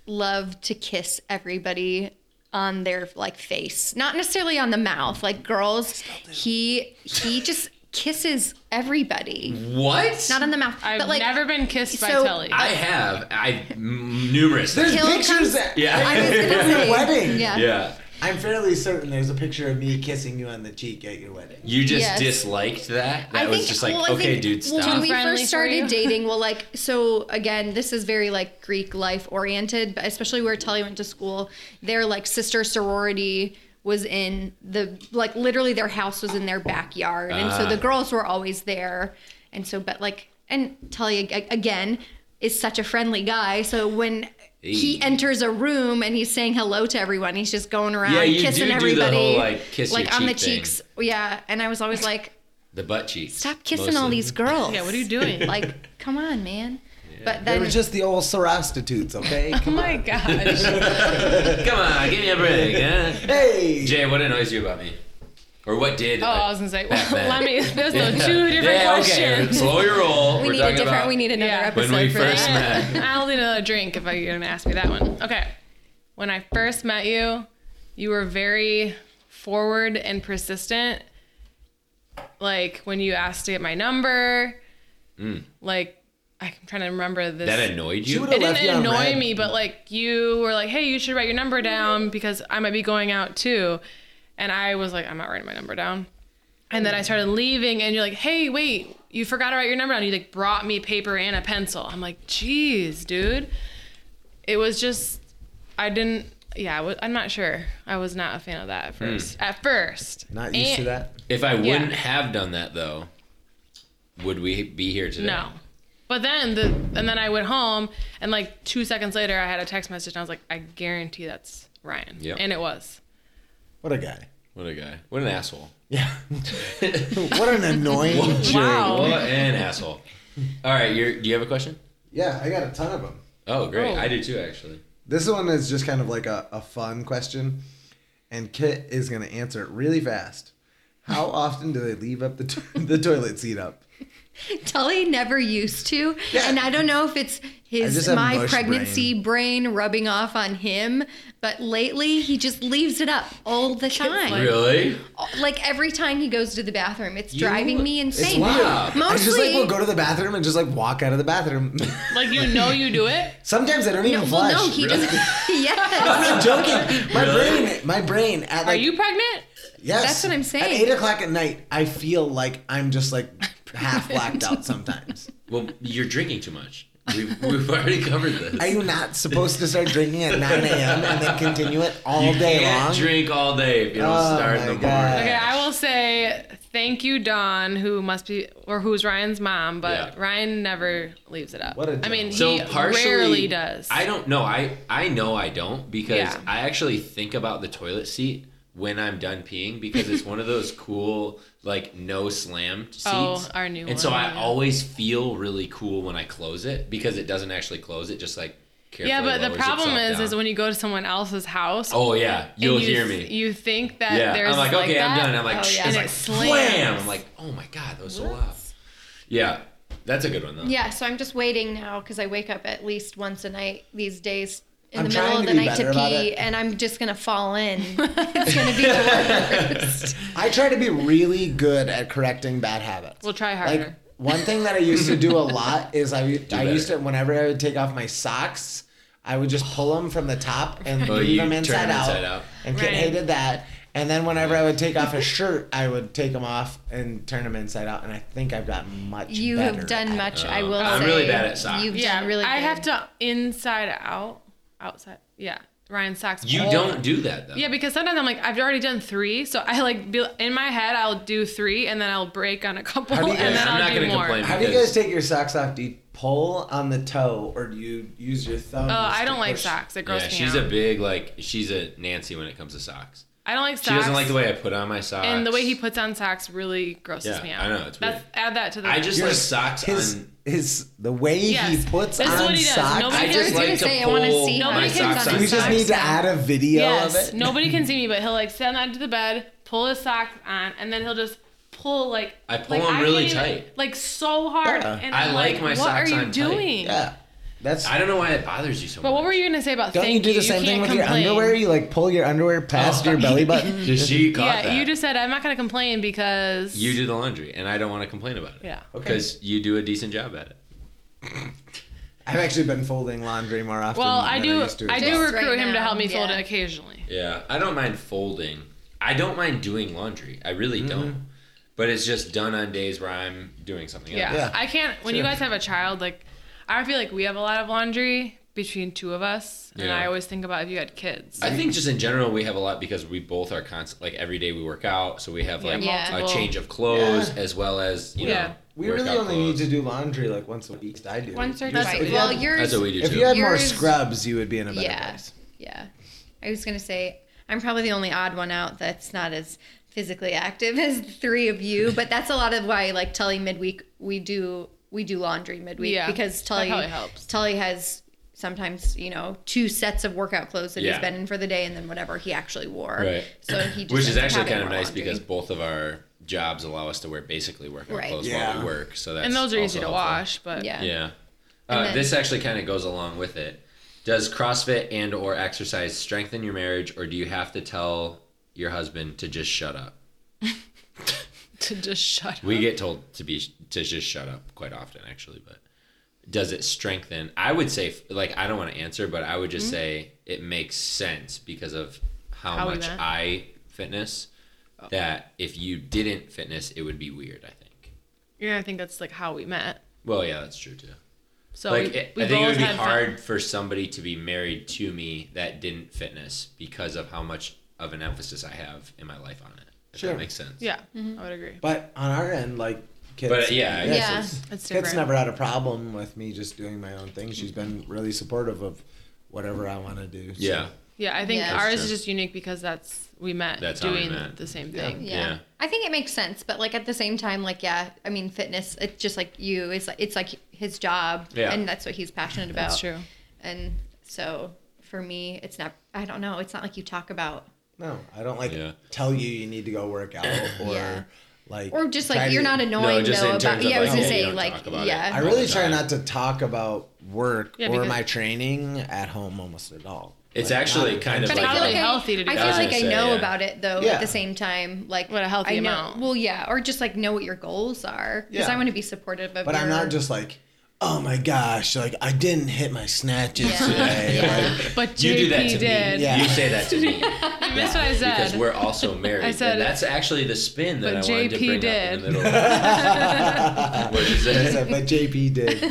Speaker 6: loved to kiss everybody on their like face, not necessarily on the mouth. Like girls, he he just kisses
Speaker 1: Mm-hmm.
Speaker 6: everybody,
Speaker 1: What?
Speaker 6: not on the mouth.
Speaker 5: I've
Speaker 6: but like
Speaker 5: never been kissed by
Speaker 6: so-
Speaker 5: Telly.
Speaker 1: I have. I m- numerous.
Speaker 4: There's
Speaker 6: Hill comes-
Speaker 4: pictures at
Speaker 1: Yeah.
Speaker 6: I was gonna
Speaker 4: your
Speaker 6: say,
Speaker 4: wedding.
Speaker 6: Yeah.
Speaker 1: yeah.
Speaker 4: I'm fairly certain there's a picture of me kissing you on the cheek at your wedding.
Speaker 1: You just
Speaker 6: Yes.
Speaker 1: disliked that?
Speaker 6: I
Speaker 1: That was
Speaker 6: think-
Speaker 1: just like,
Speaker 6: well, I
Speaker 1: okay,
Speaker 6: think-
Speaker 1: dude,
Speaker 6: well,
Speaker 1: stop.
Speaker 6: when we
Speaker 5: Friendly for
Speaker 6: first started
Speaker 5: you.
Speaker 6: dating, well, like, so again, this is very like Greek life oriented, but especially where Tully went to school, their like sister sorority was in the like literally their house was in their backyard, and so
Speaker 1: Ah.
Speaker 6: the girls were always there, and so but like and Tully ag- again is such a friendly guy, so when. He
Speaker 1: Hey.
Speaker 6: enters a room and he's saying hello to everyone. He's just going around
Speaker 1: Yeah, you do
Speaker 6: kissing
Speaker 1: do the
Speaker 6: everybody,
Speaker 1: whole, like, kiss your
Speaker 6: like, on the
Speaker 1: cheek thing.
Speaker 6: cheeks. Yeah, and I was always like,
Speaker 1: the butt cheeks.
Speaker 6: stop kissing all
Speaker 1: mostly.
Speaker 6: these girls.
Speaker 5: Yeah, what are you doing?
Speaker 6: Like, come on, man. But
Speaker 4: They
Speaker 6: then,
Speaker 4: were just the old sorostitutes, okay?
Speaker 5: oh my gosh.
Speaker 1: Come on, give me a break. Huh?
Speaker 4: hey,
Speaker 1: Jay, what annoys you about me? Or what did?
Speaker 5: Oh, I was gonna say.
Speaker 1: back
Speaker 5: Well,
Speaker 1: then.
Speaker 5: let me. There's
Speaker 1: Yeah.
Speaker 5: those two different
Speaker 1: yeah, Okay.
Speaker 5: questions.
Speaker 1: Slow your roll.
Speaker 6: We
Speaker 1: We're
Speaker 6: need a
Speaker 1: talking
Speaker 6: different.
Speaker 1: about
Speaker 6: we need another
Speaker 5: Yeah.
Speaker 6: episode
Speaker 1: when we
Speaker 6: for
Speaker 1: first
Speaker 6: that.
Speaker 1: met.
Speaker 5: I'll need another drink if I- you're gonna ask me that one. Okay. When I first met you, you were very forward and persistent. Like when you asked to get my number, like I'm trying to remember this.
Speaker 1: Mm. That annoyed
Speaker 4: She
Speaker 1: you.
Speaker 4: would've
Speaker 5: it
Speaker 4: left you
Speaker 5: didn't
Speaker 4: on
Speaker 5: annoy
Speaker 4: red.
Speaker 5: me, but like you were like, "Hey, you should write your number down because I might be going out too," and I was like, "I'm not writing my number down." And then I started leaving, and you're like, "Hey, wait, you forgot to write your number down." You like brought me paper and a pencil. I'm like, "Jeez, dude." It was just, I didn't. Yeah, I was, I'm not sure. I was not a fan of that at first. At first,
Speaker 4: Not used to
Speaker 6: Eh.
Speaker 5: And-
Speaker 4: that.
Speaker 1: If I wouldn't have done that though, would we be here today?
Speaker 5: No. But then the and then I went home and like two seconds later I had a text message and I was like, I guarantee that's Ryan.
Speaker 1: Yep.
Speaker 5: And it was.
Speaker 4: What a guy.
Speaker 1: What a guy. What an asshole.
Speaker 4: Yeah. what an annoying jerk.
Speaker 1: What an asshole. All right, you're, do you have a question?
Speaker 4: Yeah, I got a ton of them.
Speaker 1: Oh, great.
Speaker 5: Oh.
Speaker 1: I do too, actually.
Speaker 4: This one is just kind of like a, a fun question, and Kit is going to answer it really fast. How often do they leave up the, to- the toilet seat up?
Speaker 6: Tully never used to,
Speaker 4: Yeah.
Speaker 6: and I don't know if it's
Speaker 4: just
Speaker 6: his
Speaker 4: have
Speaker 6: my
Speaker 4: mush
Speaker 6: pregnancy brain. rubbing off on him, but lately he just leaves it up all the time.
Speaker 1: Really?
Speaker 6: Like every time he goes to the bathroom, it's
Speaker 1: You-
Speaker 6: driving me insane.
Speaker 1: wild. Wow.
Speaker 6: Mostly,
Speaker 4: I just like will go to the bathroom and just like walk out of the bathroom.
Speaker 5: Like you know you do it.
Speaker 4: Sometimes I don't even
Speaker 6: well,
Speaker 4: flush.
Speaker 6: no, he
Speaker 1: Really?
Speaker 6: doesn't. yes,
Speaker 4: I'm joking. My brain, my brain at like
Speaker 5: Are you pregnant?
Speaker 4: Yes.
Speaker 6: That's what I'm
Speaker 4: At
Speaker 6: saying.
Speaker 4: eight o'clock at night, I feel like I'm just like half blacked out sometimes.
Speaker 1: Well, you're drinking too much. We've, we've already covered this.
Speaker 4: Are you not supposed to start drinking at 9 a.m. and then continue it all
Speaker 1: You
Speaker 4: day
Speaker 1: can't
Speaker 4: long?
Speaker 1: drink all day if you don't
Speaker 4: Oh
Speaker 1: start in
Speaker 4: my
Speaker 1: the
Speaker 4: God.
Speaker 1: morning.
Speaker 5: Okay, I will say thank you, Dawn, who must be or who's Ryan's mom, but
Speaker 1: Yeah.
Speaker 5: Ryan never leaves it up.
Speaker 4: What a
Speaker 5: I mean,
Speaker 4: gentleman.
Speaker 1: So
Speaker 5: he
Speaker 1: partially,
Speaker 5: rarely does.
Speaker 1: I don't know. I I know I don't because
Speaker 5: Yeah.
Speaker 1: I actually think about the toilet seat when I'm done peeing because it's one of those cool like no slam seats.
Speaker 5: Oh, our new
Speaker 1: And so
Speaker 5: one,
Speaker 1: I
Speaker 5: yeah.
Speaker 1: always feel really cool when I close it because it doesn't actually close. It just like carefully
Speaker 5: yeah, but the
Speaker 1: lowers
Speaker 5: problem
Speaker 1: itself
Speaker 5: is,
Speaker 1: down.
Speaker 5: is when you go to someone else's house.
Speaker 1: oh yeah,
Speaker 5: and
Speaker 1: you'll
Speaker 5: you
Speaker 1: hear
Speaker 5: th-
Speaker 1: me.
Speaker 5: You think that
Speaker 1: yeah,
Speaker 5: Uh, there's
Speaker 1: I'm like, okay, I'm
Speaker 5: that-
Speaker 1: done. I'm like,
Speaker 6: Oh, yeah.
Speaker 1: it's
Speaker 6: And
Speaker 1: like
Speaker 5: it slams.
Speaker 1: wham! I'm like, oh my god, that was so loud. Yeah, that's a good one though.
Speaker 6: yeah. So I'm just waiting now because I wake up at least once a night these days in
Speaker 4: I'm
Speaker 6: the
Speaker 4: trying
Speaker 6: middle of
Speaker 4: to
Speaker 6: the
Speaker 4: be
Speaker 6: night
Speaker 4: better
Speaker 6: to
Speaker 4: about
Speaker 6: pee,
Speaker 4: it.
Speaker 6: and I'm just gonna fall in. it's gonna be the worst.
Speaker 4: I try to be really good at correcting bad habits.
Speaker 5: We'll try
Speaker 4: Like
Speaker 5: harder.
Speaker 4: one thing that I used to do a lot is I I used to
Speaker 1: better.
Speaker 4: whenever I would take off my socks, I would just pull them from the top and
Speaker 1: Oh,
Speaker 4: leave
Speaker 1: you
Speaker 4: them
Speaker 1: turn
Speaker 4: inside,
Speaker 1: them
Speaker 4: out,
Speaker 1: inside out.
Speaker 4: And Kit
Speaker 5: Right.
Speaker 4: hated that. And then whenever I would take off a shirt, I would take them off and turn them inside out. And I think I've got much.
Speaker 6: You
Speaker 4: better
Speaker 6: have
Speaker 4: at
Speaker 6: done
Speaker 4: it.
Speaker 6: much. I
Speaker 1: Oh,
Speaker 6: will.
Speaker 1: I'm
Speaker 6: say
Speaker 1: really bad at socks.
Speaker 6: You've
Speaker 5: yeah,
Speaker 6: done really.
Speaker 5: I
Speaker 6: good.
Speaker 5: have to inside out, outside. Yeah, Ryan socks.
Speaker 1: You
Speaker 5: all-
Speaker 1: don't do that though.
Speaker 5: Oh. Yeah, because sometimes I'm like, I've already done three, so I like be, in my head I'll do three, and then I'll break on a couple,
Speaker 4: How do you-
Speaker 5: and then
Speaker 1: I'm
Speaker 5: I'll
Speaker 1: not
Speaker 5: do
Speaker 1: gonna
Speaker 5: more.
Speaker 1: complain.
Speaker 4: How do you guys take your socks off? Do you pull on the toe or do you use your thumb?
Speaker 5: Oh, I don't like socks. It gross
Speaker 1: yeah,
Speaker 5: me
Speaker 1: she's
Speaker 5: out.
Speaker 1: a big like she's a Nancy when it comes to socks.
Speaker 5: I don't like socks.
Speaker 1: She doesn't like the way I put on my socks.
Speaker 5: and the way he puts on socks really grosses
Speaker 1: Yeah,
Speaker 5: me out.
Speaker 1: I know, it's
Speaker 5: That's,
Speaker 1: weird.
Speaker 5: add that to the.
Speaker 1: I just
Speaker 4: Your
Speaker 1: like socks
Speaker 4: His
Speaker 1: on.
Speaker 4: his the way
Speaker 5: Yes.
Speaker 4: he puts
Speaker 5: This is
Speaker 4: on
Speaker 5: what he does.
Speaker 4: socks.
Speaker 5: Nobody
Speaker 1: I
Speaker 5: I
Speaker 1: just
Speaker 5: was
Speaker 1: like
Speaker 6: gonna
Speaker 1: to
Speaker 6: say, I
Speaker 1: pull
Speaker 6: wanna see how
Speaker 1: my
Speaker 5: many
Speaker 1: socks
Speaker 5: kids
Speaker 1: on.
Speaker 5: on
Speaker 4: we
Speaker 5: socks.
Speaker 4: just need to add a video
Speaker 5: yes,
Speaker 4: of it.
Speaker 5: nobody can see me, but he'll like send that to the bed, pull his socks on, and then he'll just pull like.
Speaker 1: I pull
Speaker 5: like,
Speaker 1: them
Speaker 5: I
Speaker 1: really
Speaker 5: can't even-
Speaker 1: tight.
Speaker 5: like so hard.
Speaker 4: Yeah.
Speaker 5: And
Speaker 1: I
Speaker 5: I'm
Speaker 1: like
Speaker 5: like,
Speaker 1: my
Speaker 5: what
Speaker 1: socks
Speaker 5: are you
Speaker 1: on tight.
Speaker 5: doing?
Speaker 4: Yeah, that's.
Speaker 1: I don't know why it bothers you so much.
Speaker 5: But what were you gonna say about
Speaker 4: Don't
Speaker 5: thank
Speaker 4: you do the same thing
Speaker 5: can't
Speaker 4: with
Speaker 5: complain.
Speaker 4: your underwear? You like pull your underwear past your belly button.
Speaker 1: Oh. Just she caught
Speaker 5: Yeah,
Speaker 1: that.
Speaker 5: you just said I'm not gonna complain because
Speaker 1: you do the laundry, and I don't want to complain about it.
Speaker 5: Yeah. Okay.
Speaker 1: Because you do a decent job at it.
Speaker 4: I've actually been folding laundry more often.
Speaker 5: Well,
Speaker 4: than
Speaker 5: I do.
Speaker 4: used to.
Speaker 5: I do
Speaker 6: Just
Speaker 5: recruit
Speaker 6: right
Speaker 5: him to
Speaker 6: now,
Speaker 5: help me fold
Speaker 6: yeah.
Speaker 5: it occasionally.
Speaker 1: Yeah, I don't mind folding. I don't mind doing laundry. I really
Speaker 4: Mm-hmm.
Speaker 1: don't. But it's just done on days where I'm doing something
Speaker 5: Yeah.
Speaker 1: else.
Speaker 4: Yeah.
Speaker 5: I can't. When you
Speaker 1: Sure.
Speaker 5: guys have a child, like I feel like we have a lot of laundry between two of us, and
Speaker 1: Yeah.
Speaker 5: I always think about if you had kids.
Speaker 1: I think just in general we have a lot because we both are constant. Like every day we work out, so we have like
Speaker 6: Yeah,
Speaker 1: a
Speaker 5: multiple.
Speaker 1: change of clothes as well as you
Speaker 5: Yeah.
Speaker 1: know.
Speaker 4: We really
Speaker 1: workout
Speaker 4: only
Speaker 1: clothes.
Speaker 4: need to do laundry like once a week. I do.
Speaker 6: Once or
Speaker 4: Yours-
Speaker 6: twice.
Speaker 4: if you
Speaker 6: Well,
Speaker 4: had-
Speaker 6: yours.
Speaker 1: That's what we do
Speaker 4: If
Speaker 1: too.
Speaker 4: you had more
Speaker 6: Yours-
Speaker 4: scrubs, you would be in a better
Speaker 6: yeah,
Speaker 4: place.
Speaker 6: yeah. I was gonna say I'm probably the only odd one out that's not as physically active as the three of you, but that's a lot of why like Tully midweek we do we do laundry midweek
Speaker 5: Yeah,
Speaker 6: because
Speaker 5: that
Speaker 6: Tully
Speaker 5: probably helps.
Speaker 6: Tully has sometimes you know two sets of workout clothes that
Speaker 1: Yeah.
Speaker 6: he's been in for the day and then whatever he actually wore.
Speaker 1: Right.
Speaker 6: So he just
Speaker 1: Which
Speaker 6: ends
Speaker 1: is
Speaker 6: up
Speaker 1: actually
Speaker 6: having
Speaker 1: kind of
Speaker 6: more
Speaker 1: nice
Speaker 6: laundry.
Speaker 1: because both of our jobs allow us to wear basically workout
Speaker 6: Right.
Speaker 1: clothes while
Speaker 4: Yeah.
Speaker 1: we work. So that's
Speaker 5: and those are
Speaker 1: also
Speaker 5: easy to
Speaker 1: helpful.
Speaker 5: wash, but
Speaker 6: yeah.
Speaker 1: Yeah. Uh,
Speaker 6: then-
Speaker 1: this actually kind of goes along with it. Does CrossFit and or exercise strengthen your marriage, or do you have to tell your husband to just shut up?
Speaker 5: to just shut
Speaker 1: We get told to be to just shut up quite often, actually. But does it strengthen? I would say, like, I don't want to answer, but I would just say it makes sense because of how,
Speaker 5: Mm-hmm. How we
Speaker 1: much
Speaker 5: met. Oh.
Speaker 1: I fitness. That if you didn't fitness, it would be weird. I think.
Speaker 5: Yeah, I think that's like how we met.
Speaker 1: Well, yeah, that's true too.
Speaker 5: So
Speaker 1: like
Speaker 5: we,
Speaker 1: it-
Speaker 5: we
Speaker 1: I think it
Speaker 5: both
Speaker 1: would be
Speaker 5: had fun-
Speaker 1: hard for somebody to be married to me that didn't fitness because of how much of an emphasis I have in my life on it. If
Speaker 4: Sure.
Speaker 1: that makes sense.
Speaker 5: Yeah, I would agree.
Speaker 4: But on our end, like kids,
Speaker 1: But, yeah, I guess
Speaker 6: Yeah.
Speaker 4: it's-
Speaker 5: It's
Speaker 4: kids
Speaker 5: different.
Speaker 4: never had a problem with me just doing my own thing. She's been really supportive of whatever I want to do. so-
Speaker 1: Yeah.
Speaker 5: Yeah, I think
Speaker 6: Yeah. That's
Speaker 5: ours
Speaker 1: true.
Speaker 5: is just unique because that's we met
Speaker 1: That's how we
Speaker 5: doing
Speaker 1: met.
Speaker 5: the same thing.
Speaker 6: Yeah.
Speaker 1: Yeah.
Speaker 6: I think it makes sense, but like at the same time, like yeah, I mean, fitness. It's just like you. It's like it's like his job,
Speaker 1: Yeah.
Speaker 6: and that's what he's passionate about.
Speaker 5: That's true.
Speaker 6: And so for me, it's not. I don't know. It's not like you talk about
Speaker 4: No, I don't like
Speaker 1: Yeah.
Speaker 4: tell you you need to go work out or
Speaker 6: Yeah.
Speaker 4: like
Speaker 6: or just
Speaker 4: try
Speaker 6: like
Speaker 4: to-
Speaker 6: you're not annoying
Speaker 1: just
Speaker 6: though
Speaker 1: in
Speaker 6: about.
Speaker 1: terms of,
Speaker 6: Yeah, I was
Speaker 1: like,
Speaker 6: gonna
Speaker 1: yeah, you
Speaker 6: say
Speaker 1: don't
Speaker 6: like
Speaker 1: talk about it.
Speaker 6: yeah.
Speaker 4: I
Speaker 1: all
Speaker 4: really
Speaker 1: the
Speaker 4: try
Speaker 1: time.
Speaker 4: not to talk about work
Speaker 5: Yeah,
Speaker 4: or
Speaker 5: because-
Speaker 4: my training at home almost at all.
Speaker 1: It's
Speaker 4: Like,
Speaker 1: actually
Speaker 4: not-
Speaker 1: kind of
Speaker 5: But
Speaker 1: like
Speaker 5: how
Speaker 1: a-
Speaker 5: do they- healthy to do
Speaker 6: I
Speaker 5: that.
Speaker 1: I
Speaker 6: feel
Speaker 1: was
Speaker 6: like I
Speaker 1: gonna say,
Speaker 6: know
Speaker 1: yeah.
Speaker 6: about it though.
Speaker 4: Yeah.
Speaker 6: At the same time, like
Speaker 5: What a healthy
Speaker 6: I know,
Speaker 5: amount.
Speaker 6: Well, yeah, or just like know what your goals are because
Speaker 4: Yeah.
Speaker 6: I want to be supportive of.
Speaker 4: But I'm
Speaker 6: your-
Speaker 4: not just like, oh my gosh, like I didn't hit my snatches
Speaker 6: Yeah.
Speaker 4: today.
Speaker 6: Yeah.
Speaker 4: Like,
Speaker 5: But JP
Speaker 1: You do that to
Speaker 5: did.
Speaker 1: me.
Speaker 4: Yeah.
Speaker 1: You say that to me.
Speaker 5: You missed what I
Speaker 1: Because
Speaker 5: said.
Speaker 1: we're also married.
Speaker 5: I said
Speaker 1: and
Speaker 5: it.
Speaker 1: that's actually the spin that
Speaker 5: But
Speaker 1: I wanted to
Speaker 5: JP
Speaker 1: bring up
Speaker 5: did.
Speaker 1: in the middle. Of what you
Speaker 4: So-
Speaker 1: say?
Speaker 4: but JP did.
Speaker 1: JP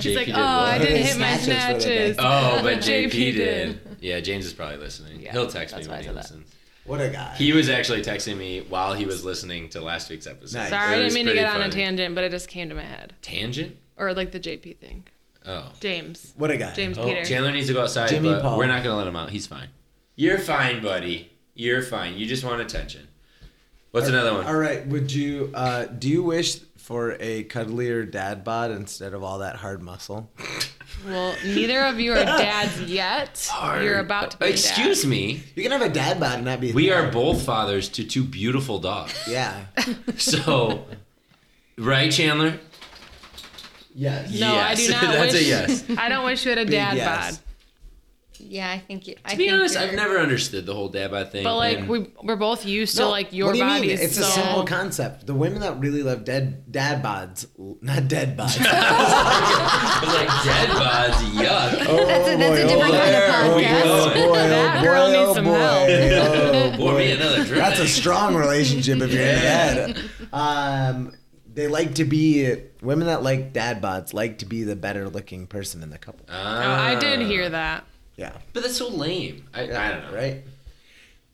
Speaker 5: She's like,
Speaker 1: did
Speaker 5: oh, I
Speaker 1: what?"
Speaker 4: did
Speaker 5: didn't hit my
Speaker 4: snatches for the day.
Speaker 5: snatches.
Speaker 1: Oh, but
Speaker 5: But
Speaker 1: JP,
Speaker 5: JP
Speaker 1: did. Yeah, James is probably listening.
Speaker 5: Yeah,
Speaker 1: He'll text me
Speaker 5: that's why
Speaker 1: when
Speaker 5: I
Speaker 1: he
Speaker 5: said that.
Speaker 1: listens.
Speaker 4: What a guy.
Speaker 1: He was actually texting me while he was listening to last week's episode.
Speaker 4: Nice.
Speaker 5: Sorry,
Speaker 1: It
Speaker 5: I didn't
Speaker 1: was
Speaker 5: mean to
Speaker 1: pretty
Speaker 5: get on a
Speaker 1: funny.
Speaker 5: tangent, but it just came to my head.
Speaker 1: Tangent?
Speaker 5: Or like the JP thing.
Speaker 1: Oh.
Speaker 5: James.
Speaker 4: what a guy.
Speaker 5: James
Speaker 1: Oh,
Speaker 5: Peter.
Speaker 1: Chandler needs to go outside,
Speaker 4: Jimmy
Speaker 1: but
Speaker 4: Paul.
Speaker 1: we're not going to let him out. He's fine. You're fine, buddy. You're fine. You just want attention. What's another one?
Speaker 4: All right. Would you? Uh, do you wish for a cuddlier dad bod instead of all that hard muscle?
Speaker 5: Well, neither of you are dads yet. You're about to be.
Speaker 1: Excuse me.
Speaker 4: You can have a dad bod and not be.
Speaker 1: We are both fathers to two beautiful dogs.
Speaker 4: Yeah.
Speaker 1: So, right, Chandler?
Speaker 4: Yes.
Speaker 5: No, I do
Speaker 1: Yes.
Speaker 5: not
Speaker 1: That's a
Speaker 5: wish.
Speaker 1: yes.
Speaker 5: I don't wish you had a
Speaker 4: Big
Speaker 5: dad
Speaker 4: yes.
Speaker 5: bod.
Speaker 6: Yeah, I think. You, I
Speaker 1: To be
Speaker 6: think
Speaker 1: honest,
Speaker 6: you're-
Speaker 1: I've never understood the whole dad bod thing.
Speaker 5: But like
Speaker 1: and-
Speaker 5: we we're both used to
Speaker 4: No,
Speaker 5: like your
Speaker 4: what do you
Speaker 5: bodies.
Speaker 4: Mean? It's
Speaker 5: so
Speaker 4: a simple concept. The women that really love dead dad bods, not dead bods.
Speaker 1: I was like, dad bods, yuck.
Speaker 4: Oh,
Speaker 6: That's a- that's a different
Speaker 1: kind of
Speaker 4: Oh, boy,
Speaker 1: podcast.
Speaker 4: oh, boy, oh,
Speaker 5: That
Speaker 4: boy,
Speaker 5: girl needs
Speaker 4: oh,
Speaker 5: some
Speaker 4: boy,
Speaker 5: help.
Speaker 4: oh,
Speaker 1: Pour me
Speaker 4: boy.
Speaker 1: another drink.
Speaker 4: That's a strong relationship if you're into that. Um, they like to be women that like dad bods like to be the better looking person in the couple.
Speaker 5: Oh, I did hear that.
Speaker 4: Yeah,
Speaker 1: Ah. But that's so lame. I, I don't know.
Speaker 4: right?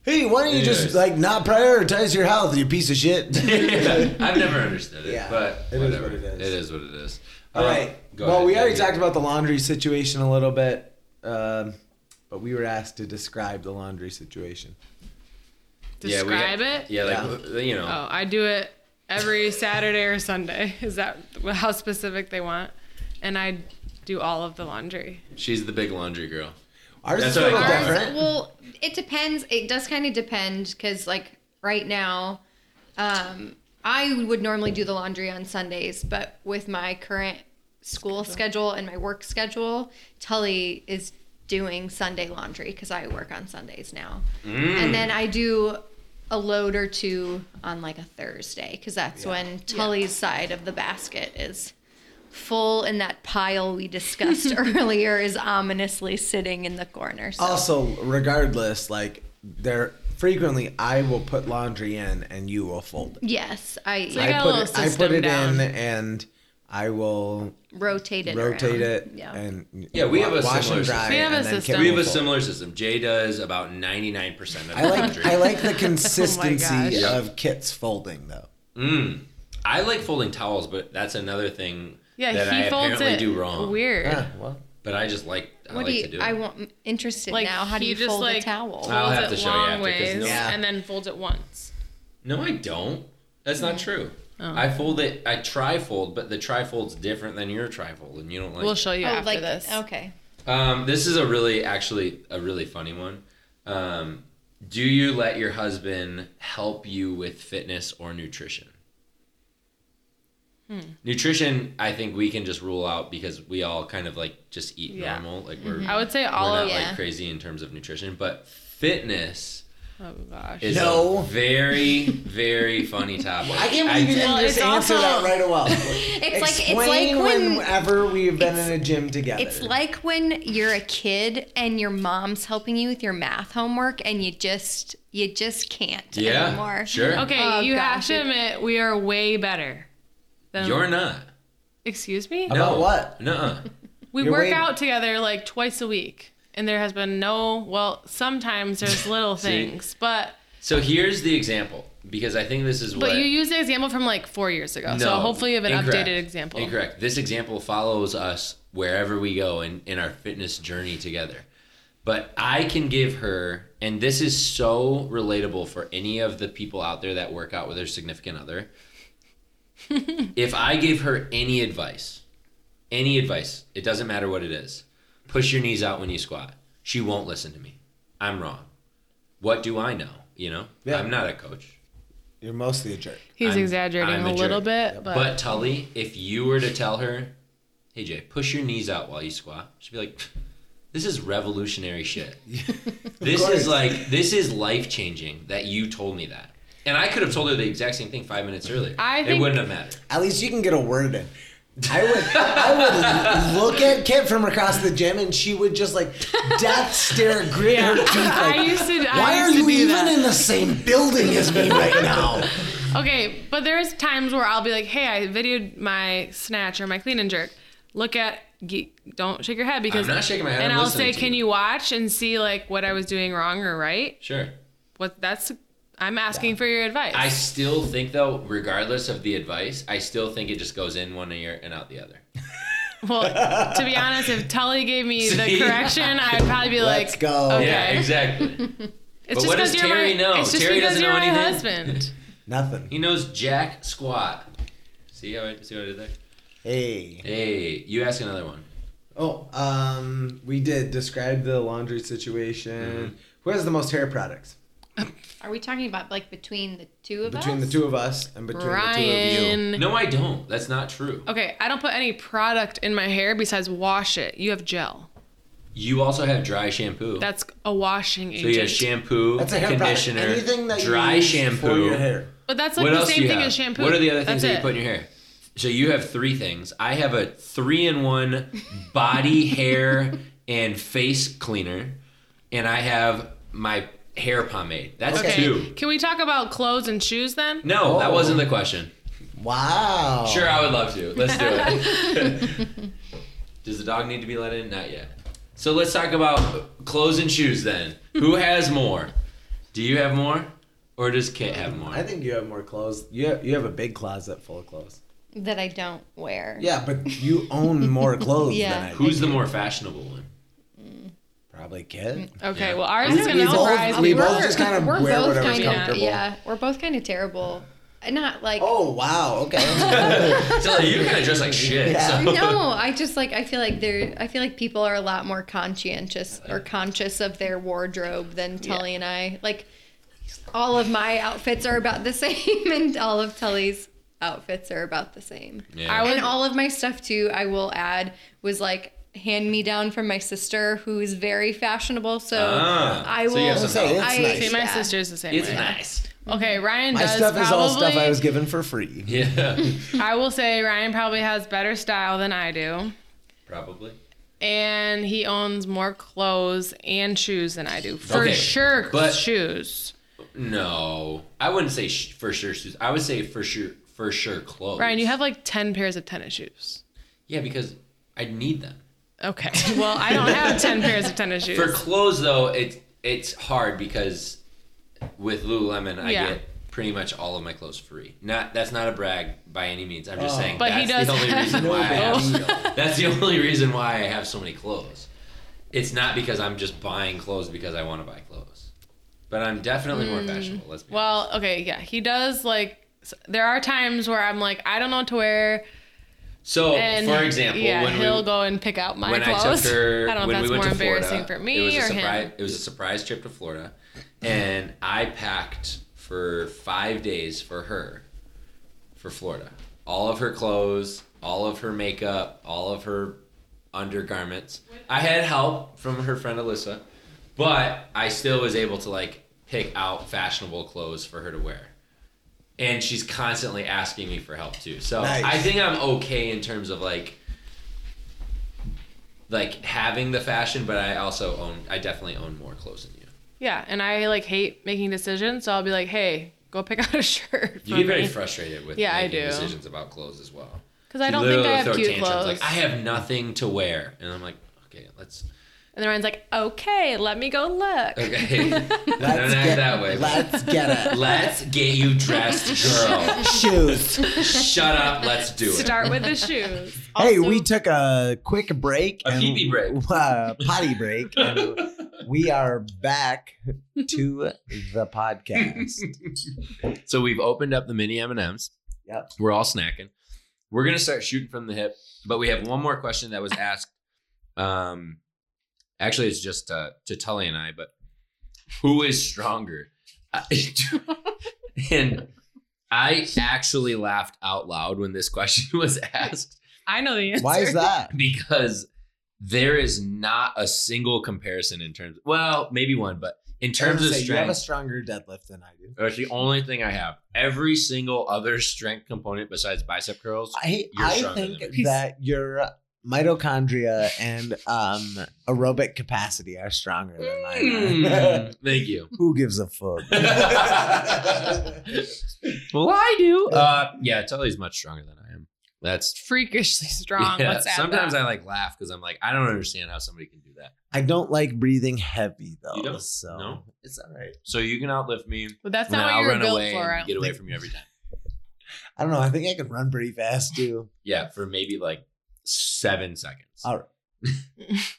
Speaker 4: Hey, why don't you
Speaker 1: Yes.
Speaker 4: just like not prioritize your health, you piece of shit?
Speaker 1: Yeah, I've never understood it.
Speaker 4: Yeah,
Speaker 1: But
Speaker 4: it is
Speaker 1: whatever.
Speaker 4: what it is.
Speaker 1: It is what it is.
Speaker 4: All
Speaker 1: Um,
Speaker 4: right.
Speaker 1: go
Speaker 4: well,
Speaker 1: ahead,
Speaker 4: we already
Speaker 1: Debbie.
Speaker 4: talked about the laundry situation a little bit, um, but we were asked to describe the laundry situation.
Speaker 1: Yeah, we
Speaker 5: Describe
Speaker 1: got-
Speaker 5: it.
Speaker 1: Yeah, like you know.
Speaker 5: Oh, I do it every Saturday or Sunday. Is that how specific they want? And I do all of the laundry.
Speaker 1: She's the big laundry girl.
Speaker 4: Ours
Speaker 1: That's
Speaker 4: is a
Speaker 1: what I
Speaker 4: little
Speaker 1: call it.
Speaker 6: Ours,
Speaker 4: different.
Speaker 6: well, it depends. It does kind of depend because, like, right now, um, I would normally do the laundry on Sundays, but with my current school schedule and my work schedule, Tully is doing Sunday laundry because I work on Sundays now. And then I do a load or two on like a Thursday because that's when Tully's side of the basket is full and that pile we discussed earlier is ominously sitting in the corner. So
Speaker 4: Also, regardless, like there frequently, I will put laundry in and you will fold it.
Speaker 6: yes, I
Speaker 5: I got
Speaker 4: I
Speaker 5: a
Speaker 4: put
Speaker 5: little
Speaker 4: it, I put
Speaker 5: system
Speaker 4: it
Speaker 5: down.
Speaker 4: in and I will
Speaker 6: rotate it.
Speaker 4: rotate
Speaker 6: around.
Speaker 4: it
Speaker 6: Yeah.
Speaker 4: and
Speaker 1: Yeah, we have a
Speaker 4: wash
Speaker 1: similar
Speaker 4: and dry.
Speaker 1: system.
Speaker 5: We have a
Speaker 4: and then
Speaker 5: system.
Speaker 4: Kim
Speaker 1: We have
Speaker 4: will
Speaker 1: a
Speaker 4: fold.
Speaker 1: similar system. Jay does about ninety nine percent of the
Speaker 4: I like
Speaker 1: laundry.
Speaker 4: I like the consistency
Speaker 5: Oh gosh.
Speaker 4: of Kit's folding though.
Speaker 1: I like folding towels, but that's another thing
Speaker 5: Yeah,
Speaker 1: that
Speaker 5: he
Speaker 1: I
Speaker 5: folds
Speaker 1: apparently
Speaker 5: it
Speaker 1: do wrong.
Speaker 5: weird.
Speaker 4: Yeah, well,
Speaker 1: But I just like I
Speaker 6: What
Speaker 1: like
Speaker 6: do
Speaker 1: to do
Speaker 6: you?
Speaker 1: it.
Speaker 6: I want I'm interested
Speaker 5: Like
Speaker 6: now. How do
Speaker 5: he
Speaker 6: you
Speaker 5: just
Speaker 6: fold
Speaker 5: like
Speaker 6: a towel?
Speaker 4: Uh,
Speaker 1: I'll
Speaker 5: folds
Speaker 1: have
Speaker 5: it
Speaker 1: to show you
Speaker 5: long
Speaker 1: after, 'cause
Speaker 5: ways
Speaker 1: no-
Speaker 4: Yeah.
Speaker 5: and then folds it once.
Speaker 1: no, I don't. That's not true.
Speaker 5: Oh.
Speaker 1: I fold it. I trifold, but the trifold's different than your trifold, and you don't like.
Speaker 5: We'll
Speaker 1: it.
Speaker 5: show you
Speaker 6: oh,
Speaker 5: after
Speaker 6: like
Speaker 5: this.
Speaker 6: Okay.
Speaker 1: Um, this is a really, actually, a really funny one. Um, do you let your husband help you with fitness or nutrition?
Speaker 5: Hmm.
Speaker 1: Nutrition, I think we can just rule out because we all kind of like just eat
Speaker 5: Yeah. Mm-hmm.
Speaker 1: normal. Like we're,
Speaker 5: I would say all
Speaker 1: we're not
Speaker 5: of.
Speaker 6: Yeah.
Speaker 1: like crazy in terms of nutrition, but fitness
Speaker 5: Oh gosh.
Speaker 1: is
Speaker 4: No.
Speaker 1: a very, very funny topic.
Speaker 4: I can't believe you didn't
Speaker 5: Well,
Speaker 4: just
Speaker 5: it's
Speaker 4: answer
Speaker 5: also-
Speaker 4: that right away.
Speaker 6: It's like it's
Speaker 4: Explain
Speaker 6: like when
Speaker 4: whenever we've been in a gym together.
Speaker 6: It's like when you're a kid and your mom's helping you with your math homework and you just you just can't
Speaker 1: yeah,
Speaker 6: anymore.
Speaker 1: sure.
Speaker 5: Okay,
Speaker 6: Oh,
Speaker 5: you have
Speaker 6: gosh,
Speaker 5: to
Speaker 6: it-
Speaker 5: admit we are way better. Than,
Speaker 1: You're not.
Speaker 5: excuse me.
Speaker 4: About
Speaker 1: no.
Speaker 4: what?
Speaker 1: No.
Speaker 5: we
Speaker 4: you're
Speaker 5: work
Speaker 4: way-
Speaker 5: out together like twice a week, and there has been no. Well, sometimes there's little
Speaker 1: See?
Speaker 5: things, but
Speaker 1: So here's the example because I think this is what.
Speaker 5: but you used the example from like four years ago, so hopefully you have an
Speaker 1: incorrect.
Speaker 5: updated example.
Speaker 1: Incorrect. This example follows us wherever we go in, in our fitness journey together. But I can give her, and this is so relatable for any of the people out there that work out with their significant other. if I give her any advice, any advice, it doesn't matter what it is, push your knees out when you squat. She won't listen to me. I'm wrong. What do I know? You know,
Speaker 4: Yeah.
Speaker 1: I'm not a coach.
Speaker 4: You're mostly a jerk.
Speaker 5: He's
Speaker 1: I'm-
Speaker 5: exaggerating
Speaker 1: I'm
Speaker 5: a,
Speaker 1: a
Speaker 5: little
Speaker 1: jerk.
Speaker 5: bit, but,
Speaker 1: But Tully, if you were to tell her, "Hey Jay, push your knees out while you squat," she'd be like, "This is revolutionary shit. this
Speaker 4: course.
Speaker 1: is like this is life changing that you told me that." And I could have told her the exact same thing five minutes earlier.
Speaker 5: I
Speaker 1: it
Speaker 5: think-
Speaker 1: wouldn't have mattered.
Speaker 4: At least you can get a word in. I would, I would look at Kit from across the gym, and she would just like death stare, grit her teeth.
Speaker 5: I
Speaker 4: Like,
Speaker 5: used to. I
Speaker 4: why are
Speaker 5: used to
Speaker 4: you
Speaker 5: do
Speaker 4: even
Speaker 5: that.
Speaker 4: in the same building as me right now?
Speaker 5: Okay, but there's times where I'll be like, "Hey, I videoed my snatch or my clean and jerk. Look at, ge- don't shake your head because."
Speaker 1: I'm not shaking my head,
Speaker 5: And
Speaker 1: I'm
Speaker 5: will
Speaker 1: listening
Speaker 5: say,
Speaker 1: to
Speaker 5: "Can
Speaker 1: you."
Speaker 5: you watch and see like what I was doing wrong or right?"
Speaker 1: Sure.
Speaker 5: What that's, I'm asking for your advice.
Speaker 1: I still think though, regardless of the advice, I still think it just goes in one ear and out the other.
Speaker 5: well, to be honest, if Tully gave me the
Speaker 1: See?
Speaker 5: correction, I'd probably be
Speaker 4: Let's
Speaker 5: like,
Speaker 4: go.
Speaker 5: Okay.
Speaker 1: Yeah, exactly.
Speaker 5: "It's
Speaker 1: But
Speaker 5: just
Speaker 1: what
Speaker 5: because
Speaker 1: does
Speaker 5: you're
Speaker 1: Terry
Speaker 5: my,
Speaker 1: know?
Speaker 5: it's just
Speaker 1: Terry
Speaker 5: because
Speaker 1: doesn't
Speaker 5: you're
Speaker 1: know
Speaker 5: my
Speaker 1: anything.
Speaker 5: husband."
Speaker 4: Nothing.
Speaker 1: he knows jack squat. See how I see what I did there?
Speaker 4: Hey.
Speaker 1: Hey, you ask another one.
Speaker 4: Oh, um, we did describe the laundry situation. Who has the most hair products
Speaker 6: Are we talking about like between the two of
Speaker 4: between
Speaker 6: us?
Speaker 4: the two of us and between the two of you?
Speaker 5: Brian.
Speaker 1: No, I don't. That's not true.
Speaker 5: Okay, I don't put any product in my hair besides wash it. You have gel.
Speaker 1: You also have dry shampoo.
Speaker 5: That's a washing
Speaker 1: so
Speaker 5: agent.
Speaker 1: you have shampoo,
Speaker 4: That's a hair
Speaker 1: conditioner,
Speaker 4: product. Anything that
Speaker 1: dry
Speaker 4: you use
Speaker 1: shampoo.
Speaker 4: for your hair.
Speaker 5: But that's like
Speaker 1: What
Speaker 5: the
Speaker 1: else do
Speaker 5: same
Speaker 1: you
Speaker 5: thing
Speaker 1: have?
Speaker 5: as shampoo.
Speaker 1: What are the other things
Speaker 5: That's
Speaker 1: that you
Speaker 5: it.
Speaker 1: put in your hair? So you have three things. I have a three-in-one body, hair, and face cleaner, and I have my hair pomade. That's
Speaker 4: Okay.
Speaker 1: two.
Speaker 5: Can we talk about clothes and shoes then?
Speaker 1: No, that
Speaker 4: Oh.
Speaker 1: wasn't the question.
Speaker 4: Wow.
Speaker 1: Sure, I would love to. Let's do it. Does the dog need to be let in? Not yet. So let's talk about clothes and shoes then. Who has more? Do you have more? Or does Kit have more?
Speaker 4: I think you have more clothes. You have, you have a big closet full of clothes.
Speaker 6: that I don't wear.
Speaker 4: Yeah, but you own more clothes
Speaker 6: Yeah.
Speaker 4: than I do.
Speaker 1: Who's the more fashionable one?
Speaker 4: Probably Kit.
Speaker 5: Okay,
Speaker 1: Yeah.
Speaker 5: well ours
Speaker 4: We-
Speaker 5: is gonna
Speaker 4: we both-
Speaker 5: surprise
Speaker 4: we
Speaker 5: me.
Speaker 6: We're-
Speaker 4: both just kind of
Speaker 6: we're
Speaker 4: wear
Speaker 6: both
Speaker 4: whatever's
Speaker 6: kinda-
Speaker 4: comfortable.
Speaker 6: Yeah, we're both kind of terrible. And Not like
Speaker 4: Oh wow. Okay.
Speaker 1: So like, you kind of dress like shit.
Speaker 4: Yeah.
Speaker 1: So.
Speaker 6: no, I just like I feel like there. I feel like people are a lot more conscientious or conscious of their wardrobe than Tully and I. Like all of my outfits are about the same, and all of Tully's outfits are about the same.
Speaker 1: Yeah.
Speaker 5: I would-
Speaker 6: And all of my stuff too, I will add, was like hand me down from my sister, who is very fashionable. So
Speaker 1: Ah,
Speaker 6: I will.
Speaker 1: so you have some
Speaker 4: Say it's
Speaker 6: I-
Speaker 4: nice.
Speaker 5: See, my
Speaker 6: yeah.
Speaker 5: sister's the same
Speaker 1: It's
Speaker 5: way.
Speaker 1: nice.
Speaker 5: Okay, Ryan
Speaker 4: My
Speaker 5: does
Speaker 4: stuff
Speaker 5: probably.
Speaker 4: is all stuff I was given for free.
Speaker 1: Yeah.
Speaker 5: I will say Ryan probably has better style than I do,
Speaker 1: Probably.
Speaker 5: and he owns more clothes and shoes than I do for
Speaker 1: Okay,
Speaker 5: sure.
Speaker 1: but-
Speaker 5: shoes.
Speaker 1: No. I wouldn't say sh- for sure shoes. I would say for sure for sure clothes.
Speaker 5: Ryan, you have like ten pairs of tennis shoes.
Speaker 1: Yeah, because I need them.
Speaker 5: Okay, well I don't have ten pairs of tennis shoes.
Speaker 1: For clothes though, it's it's hard because with Lululemon, I
Speaker 5: Yeah.
Speaker 1: get pretty much all of my clothes free. Not that's not a brag by any means. I'm just saying
Speaker 5: But
Speaker 1: that's
Speaker 5: he
Speaker 1: the
Speaker 5: does
Speaker 1: only
Speaker 5: have-
Speaker 1: reason
Speaker 5: No
Speaker 1: why I
Speaker 5: big
Speaker 1: have, that's the only reason why I have so many clothes. It's not because I'm just buying clothes because I
Speaker 5: Hmm.
Speaker 1: want to buy clothes. But I'm definitely more fashionable. Let's be
Speaker 5: Well, okay, yeah, he does like s- there are times where I'm like, I don't know what to wear.
Speaker 1: So,
Speaker 5: And
Speaker 1: Oh, for example,
Speaker 5: yeah,
Speaker 1: when
Speaker 5: he'll
Speaker 1: we
Speaker 5: go and pick out my
Speaker 1: when
Speaker 5: clothes.
Speaker 1: I took her
Speaker 5: I don't know
Speaker 1: when
Speaker 5: if
Speaker 1: we
Speaker 5: that's
Speaker 1: went
Speaker 5: more
Speaker 1: to Florida,
Speaker 5: embarrassing for
Speaker 1: it was
Speaker 5: me
Speaker 1: a
Speaker 5: or
Speaker 1: surprise,
Speaker 5: him.
Speaker 1: It was a surprise trip to Florida, and I packed for five days for her, for Florida. All of her clothes, all of her makeup, all of her undergarments. I had help from her friend Alyssa, but I still was able to like pick out fashionable clothes for her to wear. And she's constantly asking me for help too. So
Speaker 4: Nice.
Speaker 1: I think I'm okay in terms of like like having the fashion, but I also own I definitely own more clothes than you.
Speaker 5: Yeah, and I like hate making decisions, so I'll be like, hey, go pick out a shirt.
Speaker 1: You get very frustrated with
Speaker 5: Yeah, I
Speaker 1: making
Speaker 5: do.
Speaker 1: decisions about clothes as well.
Speaker 5: Because I
Speaker 1: You
Speaker 5: don't think I
Speaker 1: literally
Speaker 5: have
Speaker 1: throw
Speaker 5: cute
Speaker 1: tantrums,
Speaker 5: clothes.
Speaker 1: Like I have nothing to wear, and I'm like, okay, let's
Speaker 5: And then Ryan's like, okay, let me go look.
Speaker 1: okay. I don't
Speaker 4: Let's
Speaker 1: act
Speaker 4: get,
Speaker 1: that way. but-
Speaker 4: Let's get it.
Speaker 1: Let's get you dressed, girl.
Speaker 4: Shoes.
Speaker 1: Shut up. Let's do it.
Speaker 5: Start with the shoes.
Speaker 4: hey,
Speaker 5: Also-
Speaker 4: we took a quick break.
Speaker 1: A pee-pee break.
Speaker 4: Uh, potty break. And we are back to the podcast.
Speaker 1: So we've opened up the mini M and M's.
Speaker 4: Yep.
Speaker 1: We're all snacking. We're gonna start shooting from the hip, but we have one more question that was asked. Um, actually, it's just uh, to Tully and I. But who is stronger? I- and I actually laughed out loud when this question was asked
Speaker 5: I know the answer.
Speaker 4: Why is that?
Speaker 1: because there is not a single comparison in terms. Well, maybe one, but in terms
Speaker 4: I was
Speaker 1: of
Speaker 4: gonna say, you have a
Speaker 1: strength,
Speaker 4: stronger deadlift than I do.
Speaker 1: that's the only thing I have. Every single other strength component besides bicep curls.
Speaker 4: I
Speaker 1: You're
Speaker 4: I
Speaker 1: stronger
Speaker 4: think
Speaker 1: than
Speaker 4: that your mitochondria and um, aerobic capacity are stronger than mine. are.
Speaker 1: Mm, thank you.
Speaker 4: Who gives a fuck?
Speaker 1: well, I do. Uh, yeah, Tully's much stronger than I am. That's
Speaker 5: Freakishly strong.
Speaker 1: yeah,
Speaker 5: Let's add
Speaker 1: sometimes
Speaker 5: that.
Speaker 1: I like laugh because I'm like, I don't understand how somebody can do that.
Speaker 4: I don't like breathing heavy though.
Speaker 1: You don't?
Speaker 4: So
Speaker 1: No?
Speaker 4: it's all right.
Speaker 1: So you can outlift me.
Speaker 5: But that's
Speaker 1: and then
Speaker 5: not
Speaker 1: I'll
Speaker 5: what you were
Speaker 1: run
Speaker 5: built
Speaker 1: away
Speaker 5: for. I
Speaker 1: and
Speaker 5: don't
Speaker 1: get away
Speaker 5: think.
Speaker 1: from you every time.
Speaker 4: I don't know. I think I can run pretty fast too.
Speaker 1: Yeah, for maybe like seven seconds.
Speaker 4: All right.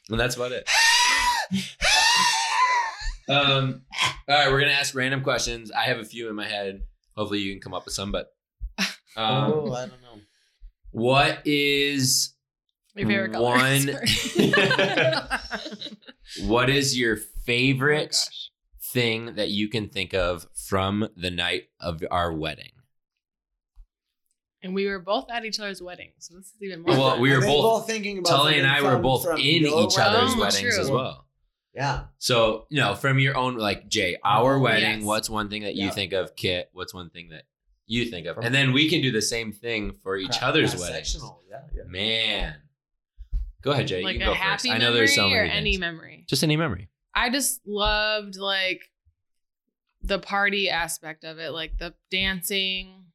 Speaker 1: And that's about it. um, all right, we're gonna ask random questions. I have a few in my head. Hopefully, you can come up with some. But um,
Speaker 4: oh, I don't know.
Speaker 1: what is
Speaker 5: Your favorite color.
Speaker 1: One-
Speaker 5: Sorry.
Speaker 1: what is your favorite
Speaker 5: Oh
Speaker 1: thing that you can think of from the night of our wedding?
Speaker 5: and we were both at each other's wedding, so this is even more.
Speaker 1: Well,
Speaker 5: fun.
Speaker 1: we
Speaker 4: Are
Speaker 1: were
Speaker 4: they
Speaker 1: both.
Speaker 4: thinking about
Speaker 1: Tully and I
Speaker 4: something
Speaker 1: were
Speaker 4: from-
Speaker 1: both
Speaker 4: from
Speaker 1: in
Speaker 4: your
Speaker 1: each other's
Speaker 5: wedding?
Speaker 1: weddings
Speaker 5: True.
Speaker 1: as well.
Speaker 4: Yeah.
Speaker 1: So, you know, from your own, like Jay, our
Speaker 4: Oh,
Speaker 1: wedding,
Speaker 5: yes.
Speaker 1: what's one thing that you
Speaker 4: Yeah.
Speaker 1: think of? Kit, what's one thing that you think of?
Speaker 4: From-
Speaker 1: And then we can do the same thing for each
Speaker 4: Cross-
Speaker 1: other's weddings.
Speaker 4: cross-sectional, Yeah, yeah.
Speaker 1: Man, go ahead, Jay.
Speaker 5: like
Speaker 1: you can
Speaker 5: a
Speaker 1: go first.
Speaker 5: happy
Speaker 1: I
Speaker 5: memory
Speaker 1: know there's so
Speaker 5: or
Speaker 1: many.
Speaker 5: any
Speaker 1: things.
Speaker 5: memory.
Speaker 1: Just any memory.
Speaker 5: I just loved like the party aspect of it, like the dancing,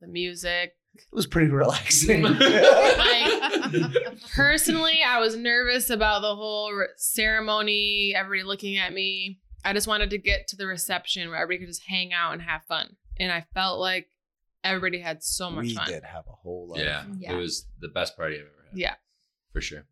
Speaker 5: the music.
Speaker 4: It was pretty relaxing.
Speaker 5: Like- Personally, I was nervous about the whole re- ceremony, everybody looking at me. I just wanted to get to the reception where everybody could just hang out and have fun. And I felt like everybody had so much
Speaker 4: we
Speaker 5: fun.
Speaker 4: did have a whole lot.
Speaker 1: Yeah,
Speaker 6: Yeah.
Speaker 1: it was the best party I've ever had.
Speaker 5: Yeah.
Speaker 1: for sure.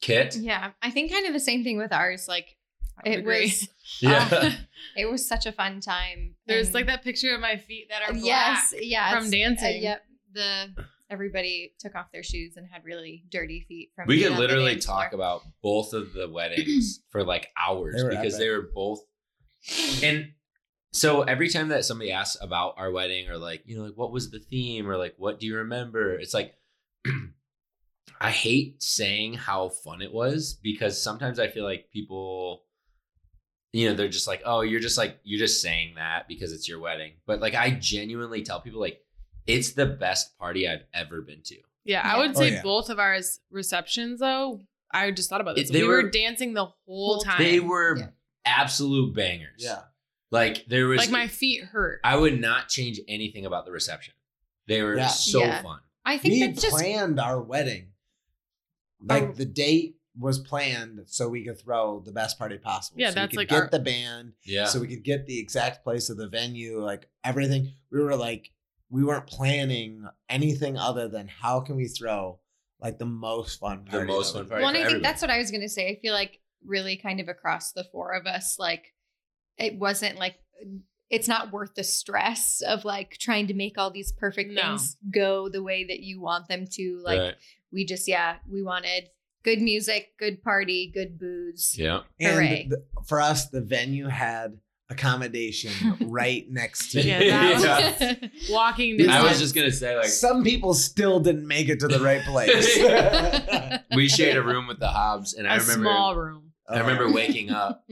Speaker 1: Kit.
Speaker 6: Yeah, I think kind of the same thing with ours. Like
Speaker 5: I would
Speaker 6: it
Speaker 5: agree.
Speaker 6: was,
Speaker 5: Oh.
Speaker 1: Yeah.
Speaker 6: it was such a fun time.
Speaker 5: There's
Speaker 6: and-
Speaker 5: like that picture of my feet that are black.
Speaker 6: Yes, yeah,
Speaker 5: from dancing.
Speaker 6: yep, the everybody took off their shoes and had really dirty feet. From
Speaker 1: we
Speaker 6: being
Speaker 1: could
Speaker 6: on the
Speaker 1: literally
Speaker 6: dance floor.
Speaker 1: talk about both of the weddings for like hours
Speaker 4: They were
Speaker 1: because
Speaker 4: epic.
Speaker 1: they were both. And so every time that somebody asks about our wedding or like, you know, like what was the theme or like what do you remember? It's like, I hate saying how fun it was because sometimes I feel like people, you know, they're just like, oh, you're just like, you're just saying that because it's your wedding. But like, I genuinely tell people, like, it's the best party I've ever been to.
Speaker 5: Yeah, I
Speaker 6: Yeah.
Speaker 5: would
Speaker 4: Oh,
Speaker 5: say
Speaker 4: yeah.
Speaker 5: both of ours receptions though. I just thought about this.
Speaker 1: It- they
Speaker 5: we were,
Speaker 1: were-
Speaker 5: dancing the whole time.
Speaker 1: They were
Speaker 6: Yeah.
Speaker 1: absolute bangers.
Speaker 4: Yeah.
Speaker 1: Like there was
Speaker 5: like my feet hurt.
Speaker 1: I would not change anything about the reception. They were
Speaker 4: Yeah.
Speaker 1: so
Speaker 6: Yeah.
Speaker 1: fun.
Speaker 6: I think
Speaker 4: We
Speaker 6: that's just
Speaker 4: planned our wedding.
Speaker 5: Oh.
Speaker 4: Like the date was planned so we could throw the best party possible.
Speaker 5: Yeah,
Speaker 4: so
Speaker 5: that's
Speaker 4: we could
Speaker 5: like
Speaker 4: get
Speaker 5: our-
Speaker 4: the band,
Speaker 1: Yeah.
Speaker 4: so we could get the exact place of the venue, like everything. We were like, we weren't planning anything other than how can we throw like the most fun
Speaker 1: The
Speaker 4: party.
Speaker 1: most
Speaker 4: that
Speaker 1: fun
Speaker 4: we can.
Speaker 1: party.
Speaker 6: Well, and I
Speaker 1: for
Speaker 6: think
Speaker 1: everybody.
Speaker 6: that's what I was going to say. I feel like really kind of across the four of us, like it wasn't like it's not worth the stress of like trying to make all these perfect
Speaker 5: No.
Speaker 6: things go the way that you want them to. Like
Speaker 1: right.
Speaker 6: we just yeah, we wanted good music, good party, good booze.
Speaker 1: Yeah.
Speaker 6: Hooray.
Speaker 4: And the, for us, the venue had accommodation right next to it.
Speaker 5: Yeah, that Walking
Speaker 4: It's
Speaker 1: I
Speaker 5: distance.
Speaker 1: was just gonna say like
Speaker 4: Some people still didn't make it to the right place.
Speaker 1: we shared a room with the Hobbs, and
Speaker 5: a
Speaker 1: I remember
Speaker 5: small room.
Speaker 1: I
Speaker 4: Oh.
Speaker 1: remember waking up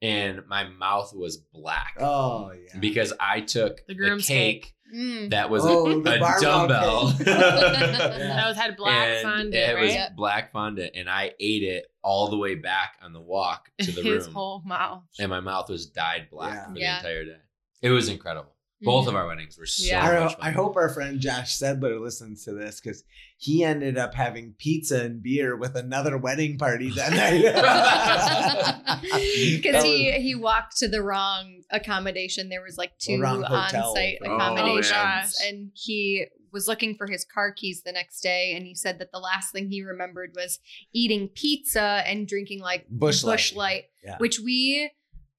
Speaker 1: and my mouth was black
Speaker 4: Oh yeah.
Speaker 1: because I took the,
Speaker 5: The groom's
Speaker 1: cake,
Speaker 6: Mm.
Speaker 1: that was a,
Speaker 4: oh, barbell
Speaker 1: dumbbell.
Speaker 4: cake.
Speaker 5: That was had black
Speaker 1: and
Speaker 5: fondant,
Speaker 1: it was
Speaker 5: right?
Speaker 1: black fondant, and I ate it all the way back on the walk to the
Speaker 5: His
Speaker 1: room,
Speaker 5: whole mouth.
Speaker 1: and my mouth was dyed black
Speaker 4: Yeah.
Speaker 1: for the
Speaker 6: Yeah.
Speaker 1: entire day. It was incredible. Both of our weddings were so
Speaker 5: Yeah.
Speaker 4: I,
Speaker 1: much
Speaker 4: ho-
Speaker 1: fun.
Speaker 4: I hope our friend Josh Sedler listens to this because he ended up having pizza and beer with another wedding party that night.
Speaker 6: Because he he walked to the wrong accommodation. There was like two
Speaker 4: wrong hotel.
Speaker 6: on-site
Speaker 4: Oh,
Speaker 6: accommodations,
Speaker 5: gosh.
Speaker 6: and he was looking for his car keys the next day. And he said that the last thing he remembered was eating pizza and drinking like
Speaker 4: Bush Light.
Speaker 6: Bush Light,
Speaker 4: Yeah.
Speaker 6: which we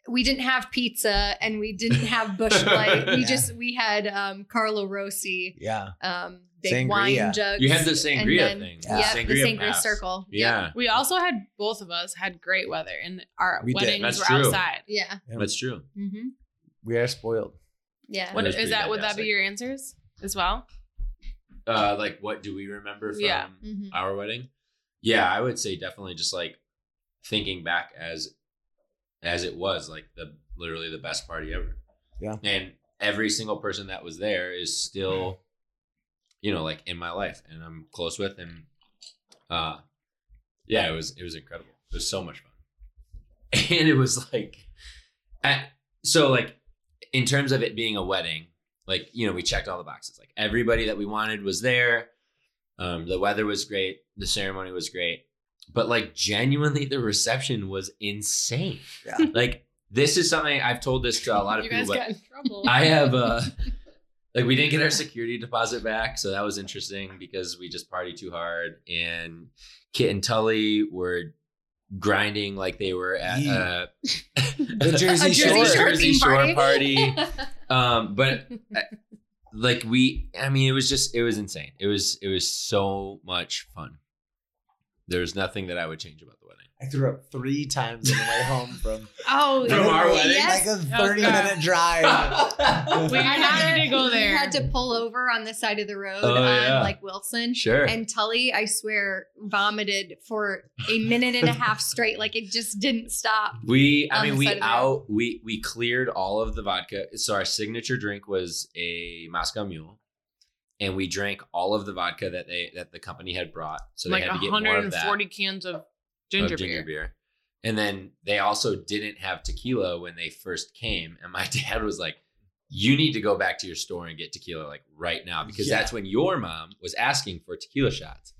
Speaker 6: we didn't have pizza and we didn't have Bush Light. We
Speaker 4: Yeah.
Speaker 6: just we had um, Carlo Rossi,
Speaker 4: yeah.
Speaker 6: um, big
Speaker 4: Sangria.
Speaker 6: wine jugs.
Speaker 1: you had the
Speaker 6: and
Speaker 1: sangria
Speaker 6: then-
Speaker 1: thing.
Speaker 6: Yeah, the
Speaker 1: Sangria
Speaker 6: sangria
Speaker 1: pass.
Speaker 6: circle.
Speaker 1: Yeah,
Speaker 5: We also had both of us had great weather, and our
Speaker 4: We did.
Speaker 5: weddings
Speaker 1: That's
Speaker 5: were
Speaker 1: true.
Speaker 5: outside.
Speaker 6: Yeah.
Speaker 1: that's true.
Speaker 6: Mm-hmm.
Speaker 4: We are spoiled.
Speaker 6: Yeah.
Speaker 5: What
Speaker 1: was
Speaker 5: is
Speaker 1: pretty
Speaker 5: that? Would that be
Speaker 1: fantastic.
Speaker 5: your answers as well?
Speaker 1: Uh, like, what do we remember from
Speaker 5: Yeah.
Speaker 6: Mm-hmm.
Speaker 1: our wedding? Yeah, I would say definitely just like thinking back as as it was like the literally the best party ever.
Speaker 4: Yeah.
Speaker 1: And every single person that was there is still
Speaker 4: Mm-hmm.
Speaker 1: you know like in my life and I'm close with and uh yeah, it was it was incredible. It was so much fun. And it was like I, so like in terms of it being a wedding, like you know, we checked all the boxes. Like everybody that we wanted was there. Um, the weather was great. The ceremony was great. But like genuinely, the reception was insane.
Speaker 4: Yeah.
Speaker 1: like this is something I've told this to a lot of
Speaker 5: You
Speaker 1: people. but
Speaker 5: guys got in trouble.
Speaker 1: I have uh like we didn't get our security deposit back, so that was interesting because we just party too hard and Kit and Tully were grinding like they were at uh,
Speaker 4: The Jersey,
Speaker 6: A Jersey Shore. Shore.
Speaker 1: Jersey
Speaker 6: theme
Speaker 1: Shore
Speaker 6: party.
Speaker 1: party. um, but uh, like we, I mean, it was just it was insane. It was it was so much fun. There's nothing that I would change about the wedding.
Speaker 4: I threw up three times on the way home from,
Speaker 6: Oh,
Speaker 1: From our wedding?
Speaker 6: Yes.
Speaker 4: like a
Speaker 5: Oh,
Speaker 4: 30
Speaker 5: God.
Speaker 4: minute drive.
Speaker 5: we
Speaker 6: I
Speaker 5: had to go
Speaker 6: You
Speaker 5: there.
Speaker 6: had to pull over on the side of the road
Speaker 1: Oh,
Speaker 6: on
Speaker 1: yeah.
Speaker 6: like Wilson.
Speaker 1: Sure.
Speaker 6: And Tully, I swear, vomited for a minute and a half straight. Like it just didn't stop.
Speaker 1: We,
Speaker 6: on
Speaker 1: I mean,
Speaker 6: the
Speaker 1: we
Speaker 6: side of the
Speaker 1: out, we we cleared all of the vodka. So our signature drink was a Moscow Mule, and we drank all of the vodka that they that the company had brought. So they
Speaker 5: like
Speaker 1: had to get more of that
Speaker 5: 140 cans of ginger,
Speaker 1: of ginger
Speaker 5: beer.
Speaker 1: beer. And then they also didn't have tequila when they first came, and my dad was like, "You need to go back to your store and get tequila like right now because
Speaker 4: Yeah.
Speaker 1: that's when your mom was asking for tequila shots."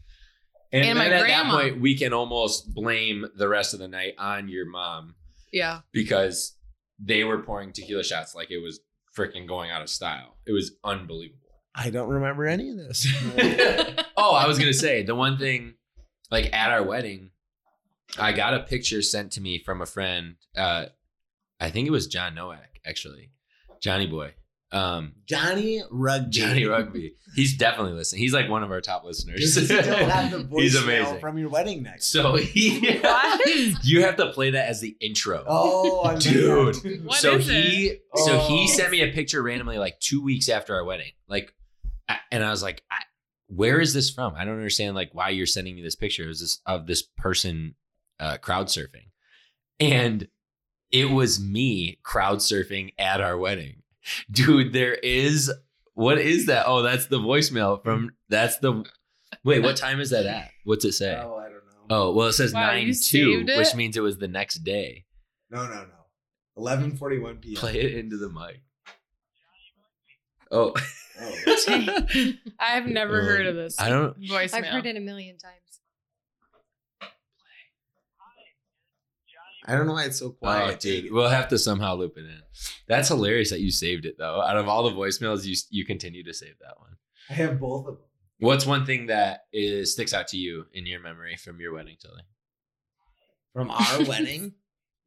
Speaker 1: And,
Speaker 5: And my
Speaker 1: then at
Speaker 5: grandma.
Speaker 1: that point, we can almost blame the rest of the night on your mom
Speaker 5: Yeah.
Speaker 1: because they were pouring tequila shots like it was freaking going out of style. It was unbelievable.
Speaker 4: I don't remember any of this.
Speaker 1: oh, I was gonna say the one thing, like at our wedding, I got a picture sent to me from a friend. Uh, I think it was John Nowak, actually, Johnny Boy, um,
Speaker 4: Johnny Rugby.
Speaker 1: Johnny Rugby. He's definitely listening. He's like one of our top listeners.
Speaker 4: Does he still have the voice
Speaker 1: He's amazing.
Speaker 4: from your wedding night?
Speaker 1: so he, you have to play that as the intro.
Speaker 4: Oh, I'm
Speaker 1: Dude.
Speaker 5: What
Speaker 1: so
Speaker 5: is
Speaker 1: he
Speaker 5: it?
Speaker 1: so
Speaker 4: Oh.
Speaker 1: he sent me a picture randomly like two weeks after our wedding like I- and i was like I, where is this from i don't understand like why you're sending me this picture it was this of this person uh crowd surfing and it was me crowd surfing at our wedding dude there is what is that oh that's the voicemail from that's the wait what time is that at what's it say
Speaker 4: Oh, I don't know.
Speaker 1: oh well it says
Speaker 5: Wow,
Speaker 1: 9
Speaker 5: you
Speaker 1: 2
Speaker 5: saved it?
Speaker 1: which means it was the next day
Speaker 4: No, no, no. 11:41 p.m.
Speaker 1: play it into the mic oh
Speaker 4: Oh.
Speaker 5: I've never
Speaker 1: Um,
Speaker 5: heard of this.
Speaker 1: I don't.
Speaker 5: voicemail.
Speaker 6: I've heard it a million times.
Speaker 4: I don't know why it's so quiet,
Speaker 1: oh, dude, we'll have to somehow loop it in. That's hilarious that you saved it though. Out of all the voicemails, you you continue to save that one.
Speaker 4: I have both of them.
Speaker 1: What's one thing that is sticks out to you in your memory from your wedding, Tilly?
Speaker 4: From our wedding?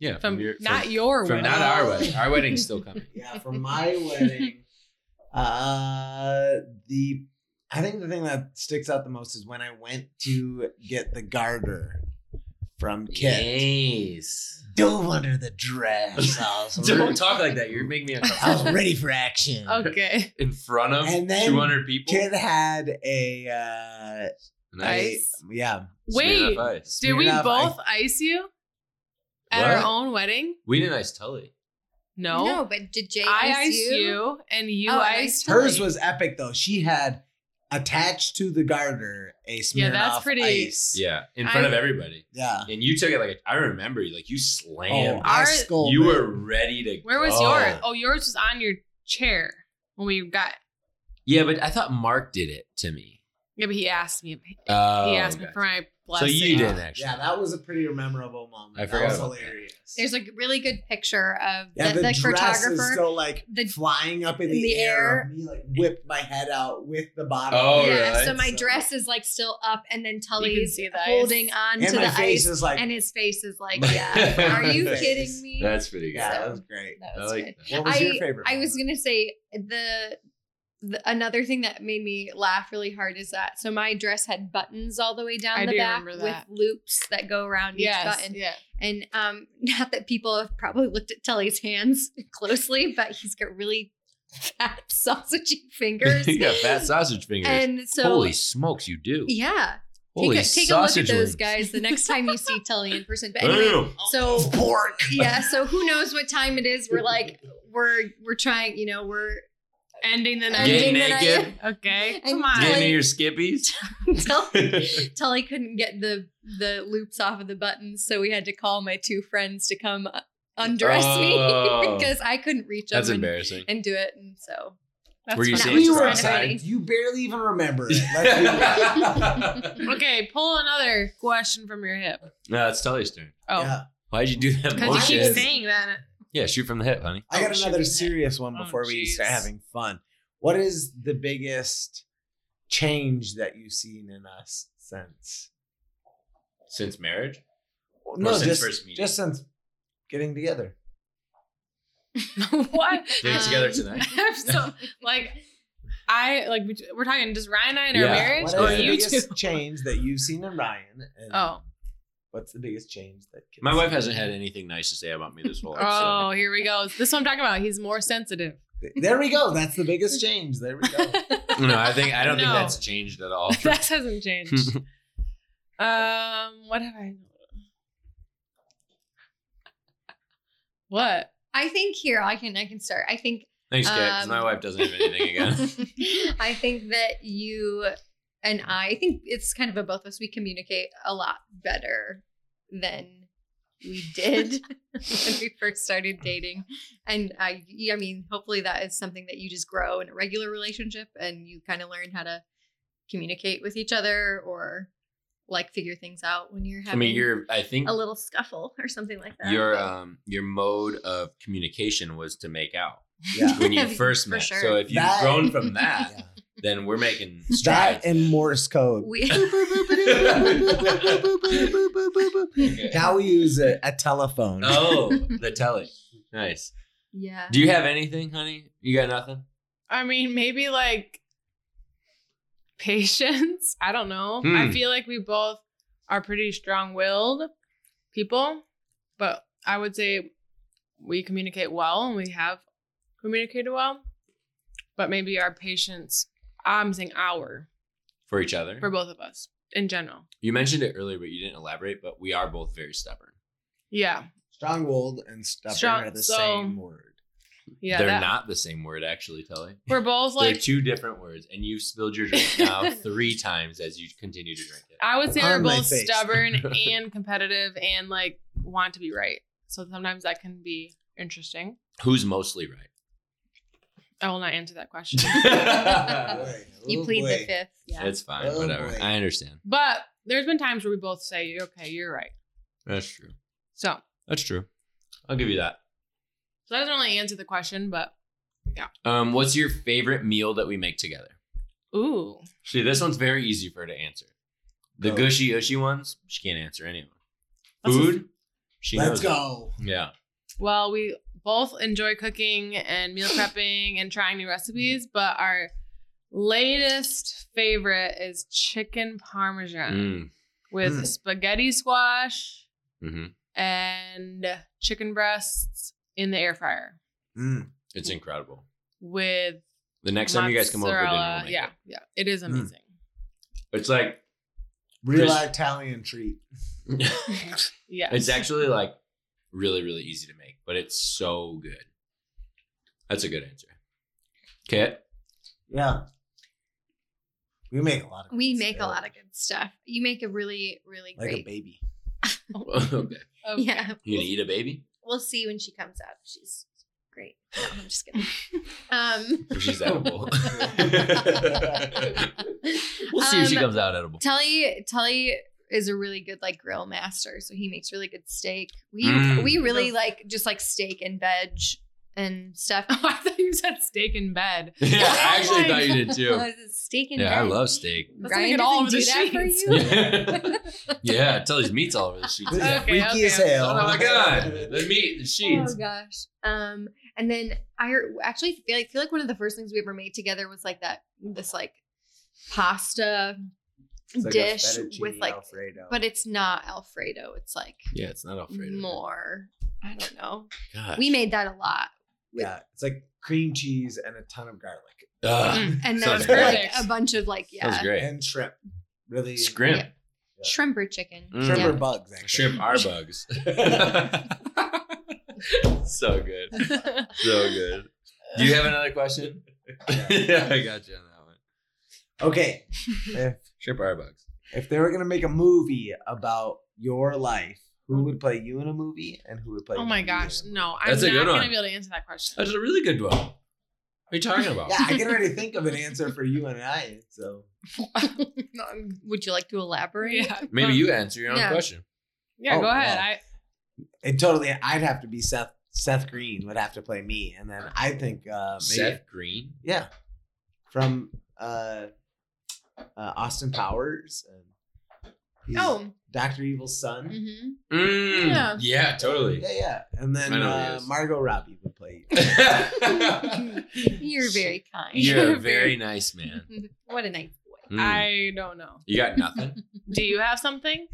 Speaker 1: Yeah,
Speaker 5: From,
Speaker 1: your-
Speaker 5: not
Speaker 1: from,
Speaker 5: your
Speaker 1: from
Speaker 5: wedding.
Speaker 1: not our wedding. Our wedding's still coming.
Speaker 4: yeah, for my wedding, uh, the I think the thing that sticks out the most is when I went to get the garter from Kit.
Speaker 1: Yes.
Speaker 4: Dove under the dress. I was,
Speaker 1: Don't talk like that. You're making me
Speaker 4: I
Speaker 1: uncomfortable.
Speaker 4: was ready for action.
Speaker 5: Okay.
Speaker 1: In front of
Speaker 4: And then
Speaker 1: 200 people.
Speaker 4: Kit had a uh,
Speaker 5: Ice?
Speaker 4: a- yeah.
Speaker 5: Wait,
Speaker 1: Smirnoff Ice.
Speaker 5: did we
Speaker 4: Smirnoff
Speaker 5: both ice you at
Speaker 1: What?
Speaker 5: our own wedding?
Speaker 1: We didn't ice Tully.
Speaker 5: No.
Speaker 6: No, but did Jay
Speaker 5: I
Speaker 6: ice
Speaker 5: iced you? and you
Speaker 6: Oh, I
Speaker 5: iced.
Speaker 4: Hers was epic though. She had attached to the garter a Smirnoff
Speaker 5: Yeah, that's pretty-
Speaker 4: Ice.
Speaker 1: Yeah, in front
Speaker 5: I-
Speaker 1: of everybody.
Speaker 4: Yeah.
Speaker 1: And you took it like I remember you like you slammed.
Speaker 4: Oh, I
Speaker 5: Our-
Speaker 4: scolded.
Speaker 1: you were ready to
Speaker 5: Where was
Speaker 1: go.
Speaker 5: yours? Oh, yours was on your chair when we got.
Speaker 1: Yeah, but I thought Mark did it to me.
Speaker 5: Yeah, but he asked me.
Speaker 1: Oh,
Speaker 5: he asked me
Speaker 1: gotcha.
Speaker 5: for my
Speaker 1: So
Speaker 5: blessing.
Speaker 1: you didn't actually.
Speaker 4: Yeah, that was a pretty memorable moment.
Speaker 1: I
Speaker 4: that
Speaker 1: forgot
Speaker 4: was
Speaker 1: about that.
Speaker 4: hilarious.
Speaker 6: There's a really good picture of
Speaker 4: yeah,
Speaker 6: the,
Speaker 4: the,
Speaker 6: the
Speaker 4: dress
Speaker 6: photographer.
Speaker 4: is still like
Speaker 6: the-
Speaker 4: flying up in, the, air. of Me like whipped my head out with the bottom.
Speaker 1: Oh,
Speaker 6: yeah,
Speaker 1: really?
Speaker 6: so my
Speaker 4: So-
Speaker 6: dress is like still up, and then Tully's
Speaker 5: see the ice.
Speaker 6: holding on
Speaker 4: and
Speaker 6: to
Speaker 4: my
Speaker 6: the
Speaker 4: face
Speaker 6: ice,
Speaker 4: is like.
Speaker 6: and his face is like, "Yeah, are you
Speaker 4: Face.
Speaker 6: kidding me?"
Speaker 1: That's pretty good.
Speaker 4: yeah, that was great.
Speaker 6: That
Speaker 1: I
Speaker 6: was
Speaker 1: like
Speaker 6: good.
Speaker 1: that.
Speaker 4: What was
Speaker 6: I-
Speaker 4: your favorite?
Speaker 6: I was
Speaker 4: moment?
Speaker 6: gonna say the, the another thing that made me laugh really hard is that so my dress had buttons all the way down
Speaker 5: I
Speaker 6: the
Speaker 5: do
Speaker 6: back
Speaker 5: remember
Speaker 6: with
Speaker 5: that.
Speaker 6: loops that go around each
Speaker 5: Yes.
Speaker 6: button,
Speaker 5: Yeah.
Speaker 6: and um, not that people have probably looked at Tully's hands closely, but he's got really fat sausagey fingers,
Speaker 1: you got fat sausage fingers.
Speaker 6: and so
Speaker 1: Holy smokes, you do.
Speaker 6: yeah,
Speaker 1: Holy
Speaker 6: take a, take a look at
Speaker 1: sausage
Speaker 6: those
Speaker 1: wings.
Speaker 6: guys the next time you see Tully in person. But anyway,
Speaker 1: Damn.
Speaker 6: so
Speaker 4: pork.
Speaker 6: yeah, so who knows what time it is? We're like we're we're trying, you know, we're
Speaker 5: Ending the night.
Speaker 1: Get
Speaker 6: ending the night.
Speaker 1: naked.
Speaker 5: Okay.
Speaker 6: And
Speaker 5: Come on.
Speaker 1: Get into
Speaker 6: Like-
Speaker 1: your skippies.
Speaker 6: Tully, Tully couldn't get the the loops off of the buttons, so we had to call my two friends to come uh, undress
Speaker 1: Oh.
Speaker 6: me because I couldn't reach
Speaker 1: That's
Speaker 6: them and,
Speaker 1: embarrassing.
Speaker 6: and do it. And so
Speaker 5: That's
Speaker 1: Were you
Speaker 5: fine.
Speaker 1: saying
Speaker 4: We
Speaker 1: it's
Speaker 4: were
Speaker 1: right?
Speaker 4: excited. You barely even remember it. Let's be honest.
Speaker 5: Okay, pull another question from your hip.
Speaker 1: no, it's Tully's turn.
Speaker 5: Oh,
Speaker 4: Yeah.
Speaker 1: Why'd you do that?
Speaker 5: because
Speaker 4: Mine
Speaker 5: you
Speaker 1: bullshit?
Speaker 5: keep
Speaker 4: is-
Speaker 5: saying that.
Speaker 1: yeah, shoot from the hip, honey.
Speaker 4: I
Speaker 5: Oh,
Speaker 4: got
Speaker 5: shit,
Speaker 4: another
Speaker 5: isn't it?
Speaker 4: serious one
Speaker 5: Oh,
Speaker 4: before we start
Speaker 5: jeez.
Speaker 4: having fun. What is the biggest change that you've seen in us since?
Speaker 1: Since marriage?
Speaker 4: No,
Speaker 1: since
Speaker 4: just,
Speaker 1: first meeting.
Speaker 4: just since getting together.
Speaker 5: what?
Speaker 1: Getting together tonight?
Speaker 5: I'm so like I like bet- we're talking just Ryan and I and our
Speaker 1: Yeah.
Speaker 5: marriage
Speaker 4: What
Speaker 1: Oh,
Speaker 5: or
Speaker 4: is the
Speaker 5: you two?
Speaker 4: biggest change that you've seen in Ryan? And
Speaker 5: Oh.
Speaker 4: What's the biggest change that kids-
Speaker 1: My wife hasn't had anything nice to say about me this whole
Speaker 5: Oh,
Speaker 1: episode.
Speaker 5: here we go. This is what I'm talking about. He's more sensitive.
Speaker 4: There we go. That's the biggest change. There we go.
Speaker 1: No, I think I don't think
Speaker 5: No.
Speaker 1: that's changed at all.
Speaker 5: that hasn't changed. um, what have I? What?
Speaker 6: I think here I can I can start. I think
Speaker 1: Thanks, Kat, because
Speaker 6: Um,
Speaker 1: my wife doesn't have anything again.
Speaker 6: I think that you and I, I think it's kind of a both of us. We communicate a lot better than we did when we first started dating. And I, I mean, hopefully that is something that you just grow in a regular relationship and you kind of learn how to communicate with each other or like figure things out when you're
Speaker 1: I
Speaker 6: having
Speaker 1: mean, you're. I think
Speaker 6: a little scuffle or something like that.
Speaker 1: your
Speaker 6: But-
Speaker 1: um your mode of communication was to make out
Speaker 4: Yeah.
Speaker 1: when you first
Speaker 6: For
Speaker 1: met.
Speaker 6: sure.
Speaker 1: So if you've
Speaker 4: That-
Speaker 1: grown from
Speaker 4: yeah.
Speaker 1: that, then we're making
Speaker 4: That
Speaker 1: strides.
Speaker 4: and Morse code.
Speaker 6: we,
Speaker 4: now we use a, a telephone.
Speaker 1: oh, the telly. Nice.
Speaker 6: yeah.
Speaker 1: Do you have anything, honey? You got nothing?
Speaker 5: I mean, maybe like patience. I don't know. I
Speaker 1: Hmm.
Speaker 5: feel like we both are pretty strong willed people, but I would say we communicate well and we have communicated well, but maybe our patience, I'm saying our,
Speaker 1: For each other?
Speaker 5: for both of us in general.
Speaker 1: you mentioned it earlier, but you didn't elaborate, but we are both very stubborn.
Speaker 5: Yeah.
Speaker 4: Strong-willed and stubborn
Speaker 5: Strong-
Speaker 4: are the
Speaker 5: so-
Speaker 4: same word.
Speaker 5: Yeah.
Speaker 1: They're
Speaker 5: that-
Speaker 1: not the same word, actually, Telly.
Speaker 5: We're both
Speaker 1: They're
Speaker 5: like,
Speaker 1: two different words, and you've spilled your drink now three times as you continue to drink it.
Speaker 5: I would say we're
Speaker 4: On my
Speaker 5: both
Speaker 4: face.
Speaker 5: stubborn and competitive and like want to be right. So sometimes that can be interesting.
Speaker 1: Who's mostly right?
Speaker 5: I will not answer that question.
Speaker 4: Boy,
Speaker 6: You
Speaker 4: oh
Speaker 6: plead the
Speaker 4: boy.
Speaker 6: fifth. Yeah.
Speaker 1: It's fine,
Speaker 4: Oh,
Speaker 1: whatever.
Speaker 4: boy.
Speaker 1: I understand.
Speaker 5: But there's been times where we both say, okay, you're right.
Speaker 1: That's true.
Speaker 5: So,
Speaker 1: That's true. I'll give you that.
Speaker 5: so that doesn't really answer the question, but
Speaker 1: Um, what's your favorite meal that we make together?
Speaker 5: ooh.
Speaker 1: See, this one's very easy for her to answer. The
Speaker 4: Oh.
Speaker 1: gushy ushy ones, she can't answer anyone.
Speaker 5: That's a-
Speaker 1: Food, She
Speaker 4: Let's
Speaker 1: knows.
Speaker 4: go.
Speaker 1: Yeah.
Speaker 5: Well, we both enjoy cooking and meal prepping and trying new recipes, but our latest favorite is chicken parmesan
Speaker 1: Mm.
Speaker 5: with
Speaker 4: Mm.
Speaker 5: spaghetti squash
Speaker 1: hmm
Speaker 5: and chicken breasts in the air fryer
Speaker 4: Mm.
Speaker 1: It's incredible.
Speaker 5: with
Speaker 1: The next time you guys come over, dinner
Speaker 5: mozzarella.
Speaker 1: will make
Speaker 5: yeah,
Speaker 1: it. Hmm.
Speaker 5: yeah, it is amazing.
Speaker 1: It's like
Speaker 4: Real
Speaker 1: Just-
Speaker 4: Italian treat.
Speaker 5: Yeah,
Speaker 1: it's actually like really really easy to make, but it's so good. That's a good answer. Kit,
Speaker 4: Yeah. We make a lot of
Speaker 6: We
Speaker 4: good
Speaker 6: make a
Speaker 4: stuff.
Speaker 6: lot of good stuff. You make a really, really
Speaker 4: like a
Speaker 6: great.
Speaker 4: baby.
Speaker 1: okay,
Speaker 5: Okay.
Speaker 6: yeah,
Speaker 1: you gonna eat a baby?
Speaker 6: we'll see when she comes up. She's great. No, I'm just kidding. um,
Speaker 1: She's edible. we'll see if she
Speaker 6: Um,
Speaker 1: comes out edible.
Speaker 6: Tully, Tully is a really good like grill master, so he makes really good steak. We
Speaker 1: Mm.
Speaker 6: we really like just like steak and veg and stuff.
Speaker 5: Oh, I thought you said steak in bed.
Speaker 1: yeah, I
Speaker 6: Oh
Speaker 1: actually
Speaker 6: my
Speaker 1: thought you did too.
Speaker 6: God, steak and
Speaker 1: Yeah, I
Speaker 6: veg.
Speaker 1: love steak.
Speaker 5: Let's
Speaker 6: Ryan
Speaker 5: make it all
Speaker 6: doesn't
Speaker 5: over the
Speaker 6: do that
Speaker 5: sheets.
Speaker 6: for you.
Speaker 1: yeah, it tells meat's all over the sheets.
Speaker 4: This is
Speaker 5: Okay,
Speaker 4: freaky
Speaker 5: okay,
Speaker 4: as
Speaker 5: okay.
Speaker 4: hell.
Speaker 1: Oh my god, the meat, the sheets.
Speaker 6: Oh gosh. Um, and then I actually feel, I feel like one of the first things we ever made together was like that this like pasta
Speaker 4: It's like a
Speaker 6: dish with
Speaker 4: fettuccine
Speaker 6: like,
Speaker 4: Alfredo.
Speaker 6: but it's not Alfredo. It's like
Speaker 1: Yeah, it's not Alfredo.
Speaker 6: more. I don't know.
Speaker 1: Gosh.
Speaker 6: We made that a lot,
Speaker 4: yeah, it's like cream cheese and a ton of garlic
Speaker 1: Ugh,
Speaker 6: and then
Speaker 1: Sounds
Speaker 6: like
Speaker 5: great.
Speaker 6: a bunch of like
Speaker 1: That was
Speaker 6: Mm, yeah,
Speaker 1: great.
Speaker 4: and shrimp. Really
Speaker 1: Scrimp.
Speaker 6: shrimp or chicken.
Speaker 1: Mm.
Speaker 4: shrimp
Speaker 6: Yeah.
Speaker 4: or bugs. Actually.
Speaker 1: Shrimp are bugs. so good.
Speaker 5: Oh
Speaker 1: So good. Do you have another question? yeah, I got you on that one.
Speaker 4: Okay,
Speaker 1: Shrimp are bugs.
Speaker 4: if they were gonna make a movie about your life,
Speaker 1: Mm-hmm.
Speaker 4: who would play you in a movie and who would play?
Speaker 5: Oh my
Speaker 4: you in a
Speaker 5: gosh,
Speaker 4: movie?
Speaker 5: no, I'm
Speaker 1: That's a
Speaker 5: not
Speaker 1: good
Speaker 5: gonna
Speaker 1: one.
Speaker 5: be able to answer that question.
Speaker 1: That's a really good one. What are you talking about?
Speaker 4: Yeah, I can already think of an answer for you and I. So
Speaker 6: Um, Would you like to elaborate?
Speaker 5: Yeah,
Speaker 1: Uh, Maybe you answer your own
Speaker 6: Yeah.
Speaker 1: question.
Speaker 5: Yeah,
Speaker 4: Oh,
Speaker 5: go ahead.
Speaker 4: wow.
Speaker 5: I
Speaker 4: and totally, I'd have to be Seth. Seth Green would have to play me, and then I think uh, maybe,
Speaker 1: Seth Green.
Speaker 4: yeah, from uh, uh, Austin Powers and he's
Speaker 6: Oh.
Speaker 4: Doctor Evil's son.
Speaker 6: Mm-hmm.
Speaker 1: Mm,
Speaker 5: Yeah.
Speaker 1: yeah, totally.
Speaker 4: Yeah, yeah, and then
Speaker 1: I know who he
Speaker 4: uh,
Speaker 1: is.
Speaker 4: Margot Robbie would play you.
Speaker 6: You're very kind. Mhm.
Speaker 1: You're a very nice man.
Speaker 6: what a nice boy.
Speaker 1: Mm.
Speaker 5: I don't know.
Speaker 1: you got nothing?
Speaker 5: Do you have something?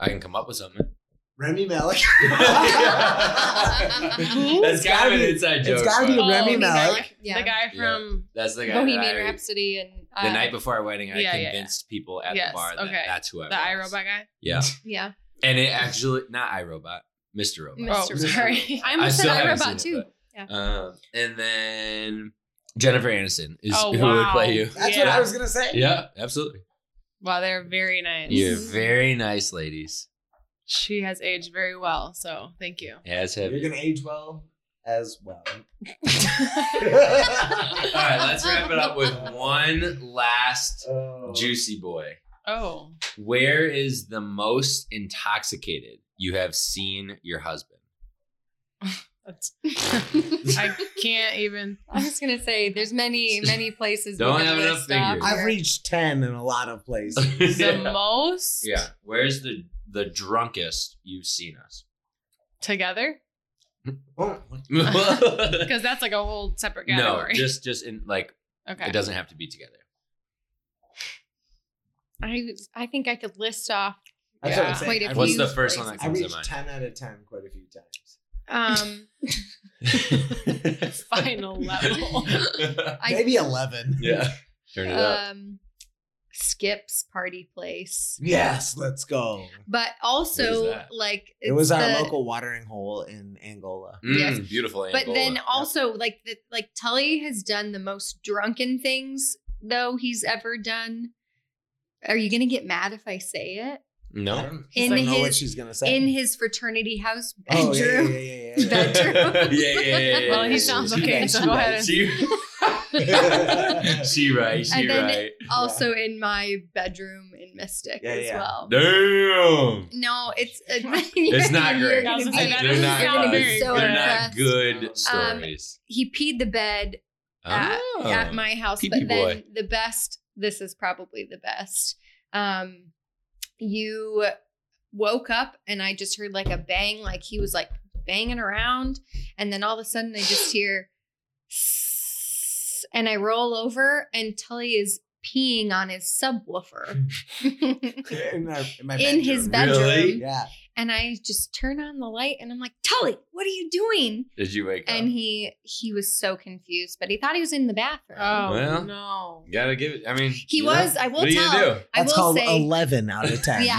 Speaker 1: I can come up with something.
Speaker 4: Remy Malik.
Speaker 1: That's kind of an inside joke.
Speaker 4: It's gotta be
Speaker 1: but-
Speaker 5: Oh,
Speaker 4: Remy
Speaker 5: Remy
Speaker 4: Malik.
Speaker 6: Yeah.
Speaker 5: The guy from
Speaker 1: That's the guy. that
Speaker 6: Bohemian
Speaker 1: I-
Speaker 6: Rhapsody and uh,
Speaker 1: The night before our wedding, I
Speaker 5: yeah, yeah, yeah.
Speaker 1: convinced people at
Speaker 5: Yes,
Speaker 1: the bar that
Speaker 5: okay.
Speaker 1: that's who I
Speaker 5: the
Speaker 1: was.
Speaker 5: iRobot guy?
Speaker 1: Yeah.
Speaker 6: Yeah.
Speaker 1: And it actually, not iRobot, Mr. Robot.
Speaker 5: Oh,
Speaker 6: Mr. Robot.
Speaker 5: sorry.
Speaker 6: I
Speaker 1: I
Speaker 6: almost
Speaker 1: still
Speaker 6: said
Speaker 1: haven't
Speaker 6: iRobot
Speaker 1: seen
Speaker 6: too.
Speaker 1: it, but- Um, and then Jennifer Aniston is
Speaker 5: Oh,
Speaker 1: who would
Speaker 5: wow.
Speaker 1: play you.
Speaker 4: That's
Speaker 5: Yeah.
Speaker 4: what I was gonna say.
Speaker 1: Yeah, absolutely.
Speaker 5: Wow, they're very nice.
Speaker 1: You're very nice, ladies.
Speaker 5: She has aged very well, so thank you.
Speaker 1: As have
Speaker 4: You're
Speaker 1: you.
Speaker 4: gonna age well as well.
Speaker 1: All right, let's wrap it up with one last
Speaker 4: Oh.
Speaker 1: juicy boy.
Speaker 5: Oh,
Speaker 1: Where is the most intoxicated you have seen your husband?
Speaker 5: that's, I can't even.
Speaker 6: I was gonna say there's many many places. we
Speaker 1: Don't
Speaker 6: could
Speaker 1: have enough
Speaker 6: list off
Speaker 1: fingers.
Speaker 4: I've
Speaker 6: where-
Speaker 4: reached ten in a lot of places.
Speaker 5: The most
Speaker 1: Yeah. Where's the the drunkest you've seen us?
Speaker 5: together?
Speaker 4: Oh,
Speaker 1: no,
Speaker 5: Because that's like a whole separate category.
Speaker 1: just just in like
Speaker 5: okay.
Speaker 1: it doesn't have to be together.
Speaker 6: I I think I could list off.
Speaker 4: that's what
Speaker 5: Yeah.
Speaker 4: I'm saying.
Speaker 6: Wait,
Speaker 4: I've
Speaker 6: if
Speaker 1: What's
Speaker 4: reached-
Speaker 1: the first one that
Speaker 4: I
Speaker 1: comes to
Speaker 4: reached
Speaker 1: mind?
Speaker 4: ten out of ten quite a few times.
Speaker 6: Um,
Speaker 5: Final level. Uh,
Speaker 6: I-
Speaker 4: Maybe eleven.
Speaker 1: yeah. Turn it up.
Speaker 6: um, Skip's party place,
Speaker 4: Yes, let's go.
Speaker 6: but
Speaker 1: What is
Speaker 6: also
Speaker 1: that?
Speaker 6: like
Speaker 4: it was
Speaker 6: it's
Speaker 4: our
Speaker 6: the-
Speaker 4: local watering hole in Angola.
Speaker 1: Mm,
Speaker 6: yes.
Speaker 1: Beautiful.
Speaker 6: But
Speaker 1: Angola.
Speaker 6: then also like the, like Tully has done the most drunken things though he's ever done. Are you gonna get mad if I say it?
Speaker 4: I
Speaker 1: no.
Speaker 4: don't
Speaker 6: In
Speaker 4: I don't know what
Speaker 6: his-
Speaker 4: she's gonna say.
Speaker 6: In his fraternity house bedroom.
Speaker 4: oh, yeah, yeah, yeah, yeah, yeah.
Speaker 1: yeah, yeah,
Speaker 6: bedroom.
Speaker 1: yeah, yeah, yeah.
Speaker 5: Well,
Speaker 1: yeah,
Speaker 5: he sounds
Speaker 1: yeah.
Speaker 5: okay, so go ahead.
Speaker 1: She, she right. She
Speaker 6: And then-
Speaker 1: right.
Speaker 6: also in my bedroom in Mystic
Speaker 4: Yeah,
Speaker 6: as
Speaker 4: yeah.
Speaker 6: well.
Speaker 1: Damn.
Speaker 6: No, it's
Speaker 1: It's not great.
Speaker 5: I was gonna
Speaker 6: Be,
Speaker 5: say, that
Speaker 1: They're
Speaker 5: doesn't
Speaker 1: not,
Speaker 5: sound
Speaker 1: good.
Speaker 5: very
Speaker 6: so
Speaker 1: They're
Speaker 6: impressed.
Speaker 1: not good
Speaker 6: Um,
Speaker 1: stories.
Speaker 6: He peed the bed at,
Speaker 1: Oh.
Speaker 6: at my house,
Speaker 1: Pee-pee
Speaker 6: but then
Speaker 1: boy.
Speaker 6: the best. This is probably the best. Um, you woke up and I just heard like a bang, like he was like banging around. And then all of a sudden I just hear, and I roll over and Tully is peeing on his subwoofer
Speaker 4: in, our, in, my
Speaker 6: in his
Speaker 4: bedroom.
Speaker 6: bedroom.
Speaker 1: Really?
Speaker 4: Yeah.
Speaker 6: And I just turn on the light and I'm like, Tully, what are you doing?
Speaker 1: Did you wake
Speaker 6: And
Speaker 1: up?
Speaker 6: he he was so confused, but he thought he was in the bathroom.
Speaker 5: Oh
Speaker 1: Well.
Speaker 5: no.
Speaker 1: Gotta give it. I mean,
Speaker 6: He
Speaker 1: yeah.
Speaker 6: was. I will
Speaker 1: What are you
Speaker 6: tell.
Speaker 1: gonna do?
Speaker 6: I
Speaker 4: That's
Speaker 6: will
Speaker 4: called
Speaker 6: say.
Speaker 4: eleven out of ten.
Speaker 6: Yeah.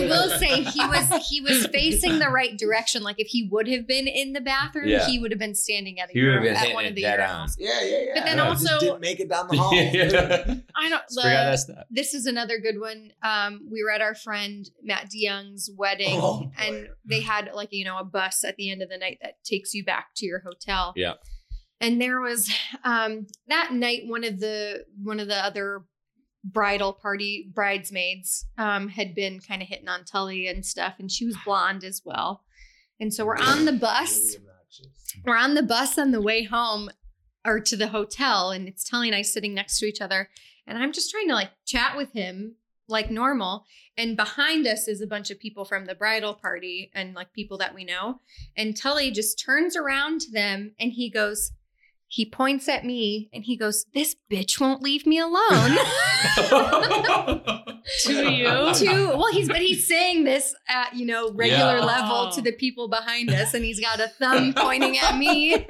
Speaker 6: will say he was he was facing the right direction. Like if he would have been in the bathroom,
Speaker 1: Yeah.
Speaker 6: he would have been standing at, a
Speaker 1: He would have
Speaker 6: urinal-
Speaker 1: been
Speaker 6: at
Speaker 1: hitting
Speaker 6: one
Speaker 1: it
Speaker 6: of the
Speaker 1: dead
Speaker 6: urinals.
Speaker 1: on.
Speaker 4: Yeah, yeah, yeah.
Speaker 6: But then
Speaker 4: Yeah,
Speaker 6: also-
Speaker 4: just didn't make it down the hall.
Speaker 6: I don't.
Speaker 1: Just forgot
Speaker 6: the-
Speaker 1: that stuff.
Speaker 6: this is another good one. Um, we were at our friend Matt DeYoung's wedding,
Speaker 4: Oh, boy.
Speaker 6: and they had like you know a bus at the end of the night that takes you back to your hotel.
Speaker 1: Yeah.
Speaker 6: And there was um, that night one of the one of the other bridal party bridesmaids um, had been kind of hitting on Tully and stuff, and she was blonde as well. And so we're on the bus we're on the bus on the way home or to the hotel and it's Tully and I sitting next to each other and I'm just trying to like chat with him like normal and behind us is a bunch of people from the bridal party and like people that we know and Tully just turns around to them and he goes he points at me and he goes this bitch won't leave me alone
Speaker 5: To you?
Speaker 6: to well he's but he's saying this at you know regular
Speaker 1: Yeah.
Speaker 6: level to the people behind us and he's got a thumb pointing at me and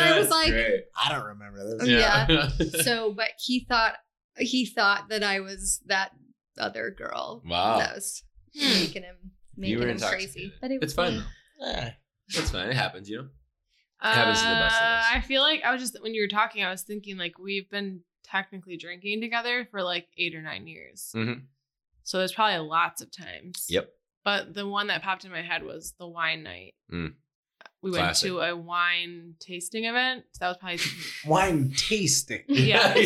Speaker 6: i was
Speaker 1: That's
Speaker 6: like
Speaker 1: great.
Speaker 4: I don't remember this.
Speaker 6: Yeah. so but he thought he thought that i was that other girl
Speaker 1: Wow.
Speaker 6: that was making him making
Speaker 1: you were
Speaker 6: him
Speaker 1: intoxicated.
Speaker 6: crazy but it
Speaker 1: it's
Speaker 6: was
Speaker 1: fine. though.
Speaker 4: Yeah.
Speaker 1: It's fine. It happens, you know.
Speaker 5: Uh,
Speaker 1: Happens to the best of us.
Speaker 5: I feel like I was just when you were talking, I was thinking like we've been technically drinking together for like eight or nine years.
Speaker 1: Mhm.
Speaker 5: So there's probably lots of times.
Speaker 1: Yep.
Speaker 5: But the one that popped in my head was the wine night.
Speaker 1: Mm.
Speaker 5: We
Speaker 1: Classic.
Speaker 5: went to a wine tasting event. That was probably
Speaker 4: Wine tasting.
Speaker 5: yeah.
Speaker 4: You're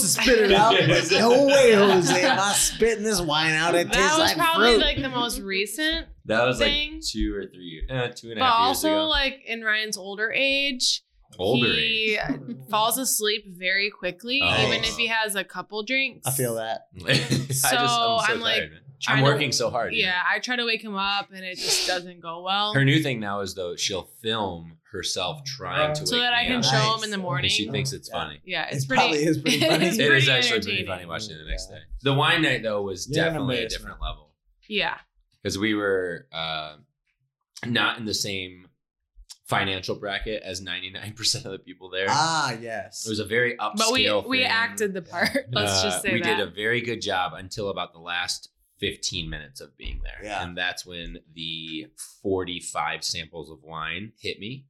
Speaker 4: to spit it out, but no way, Jose. Am I spitting this wine out? It
Speaker 5: That
Speaker 4: tastes like
Speaker 5: was probably
Speaker 4: fruit.
Speaker 5: like the most recent
Speaker 1: That was
Speaker 5: Thing.
Speaker 1: like two or three years, eh, two and a
Speaker 5: but
Speaker 1: half
Speaker 5: also
Speaker 1: years ago.
Speaker 5: like in Ryan's older age,
Speaker 1: Older
Speaker 5: he
Speaker 1: age.
Speaker 5: falls asleep very quickly,
Speaker 1: Oh.
Speaker 5: even if he has a couple drinks.
Speaker 4: I feel that.
Speaker 1: I just, I'm, so
Speaker 5: I'm, like,
Speaker 1: tired, man.
Speaker 5: trying
Speaker 1: I'm
Speaker 5: to-
Speaker 1: working so hard. you know?
Speaker 5: Yeah, I try to wake him up, and it just doesn't go well.
Speaker 1: Her new thing now is though she'll film herself trying to
Speaker 5: So
Speaker 1: wake
Speaker 5: that I
Speaker 1: me
Speaker 5: can
Speaker 1: up,
Speaker 5: show
Speaker 1: and
Speaker 5: him in the
Speaker 4: Nice.
Speaker 5: morning.
Speaker 1: She thinks it's
Speaker 4: Oh. Yeah.
Speaker 1: funny.
Speaker 5: yeah, it's,
Speaker 4: It's
Speaker 5: pretty.
Speaker 4: probty- it's pretty funny.
Speaker 5: it's
Speaker 4: It
Speaker 1: It is
Speaker 5: pretty
Speaker 1: actually pretty
Speaker 5: entertaining.
Speaker 1: funny watching it the next
Speaker 4: Yeah.
Speaker 1: day. The wine night though was
Speaker 4: You're an
Speaker 1: definitely a
Speaker 4: embarrassment.
Speaker 1: different level
Speaker 5: Yeah,
Speaker 1: because we were uh, not in the same financial bracket as 99% of the people there.
Speaker 4: Ah, yes.
Speaker 1: It was a very upscale.
Speaker 5: but we we
Speaker 1: thing.
Speaker 5: acted the part. Let's
Speaker 1: Uh,
Speaker 5: just say
Speaker 1: we
Speaker 5: that.
Speaker 1: did a very good job until about the last 15 minutes of being there.
Speaker 4: Yeah.
Speaker 1: And that's when the 45 samples of wine hit me.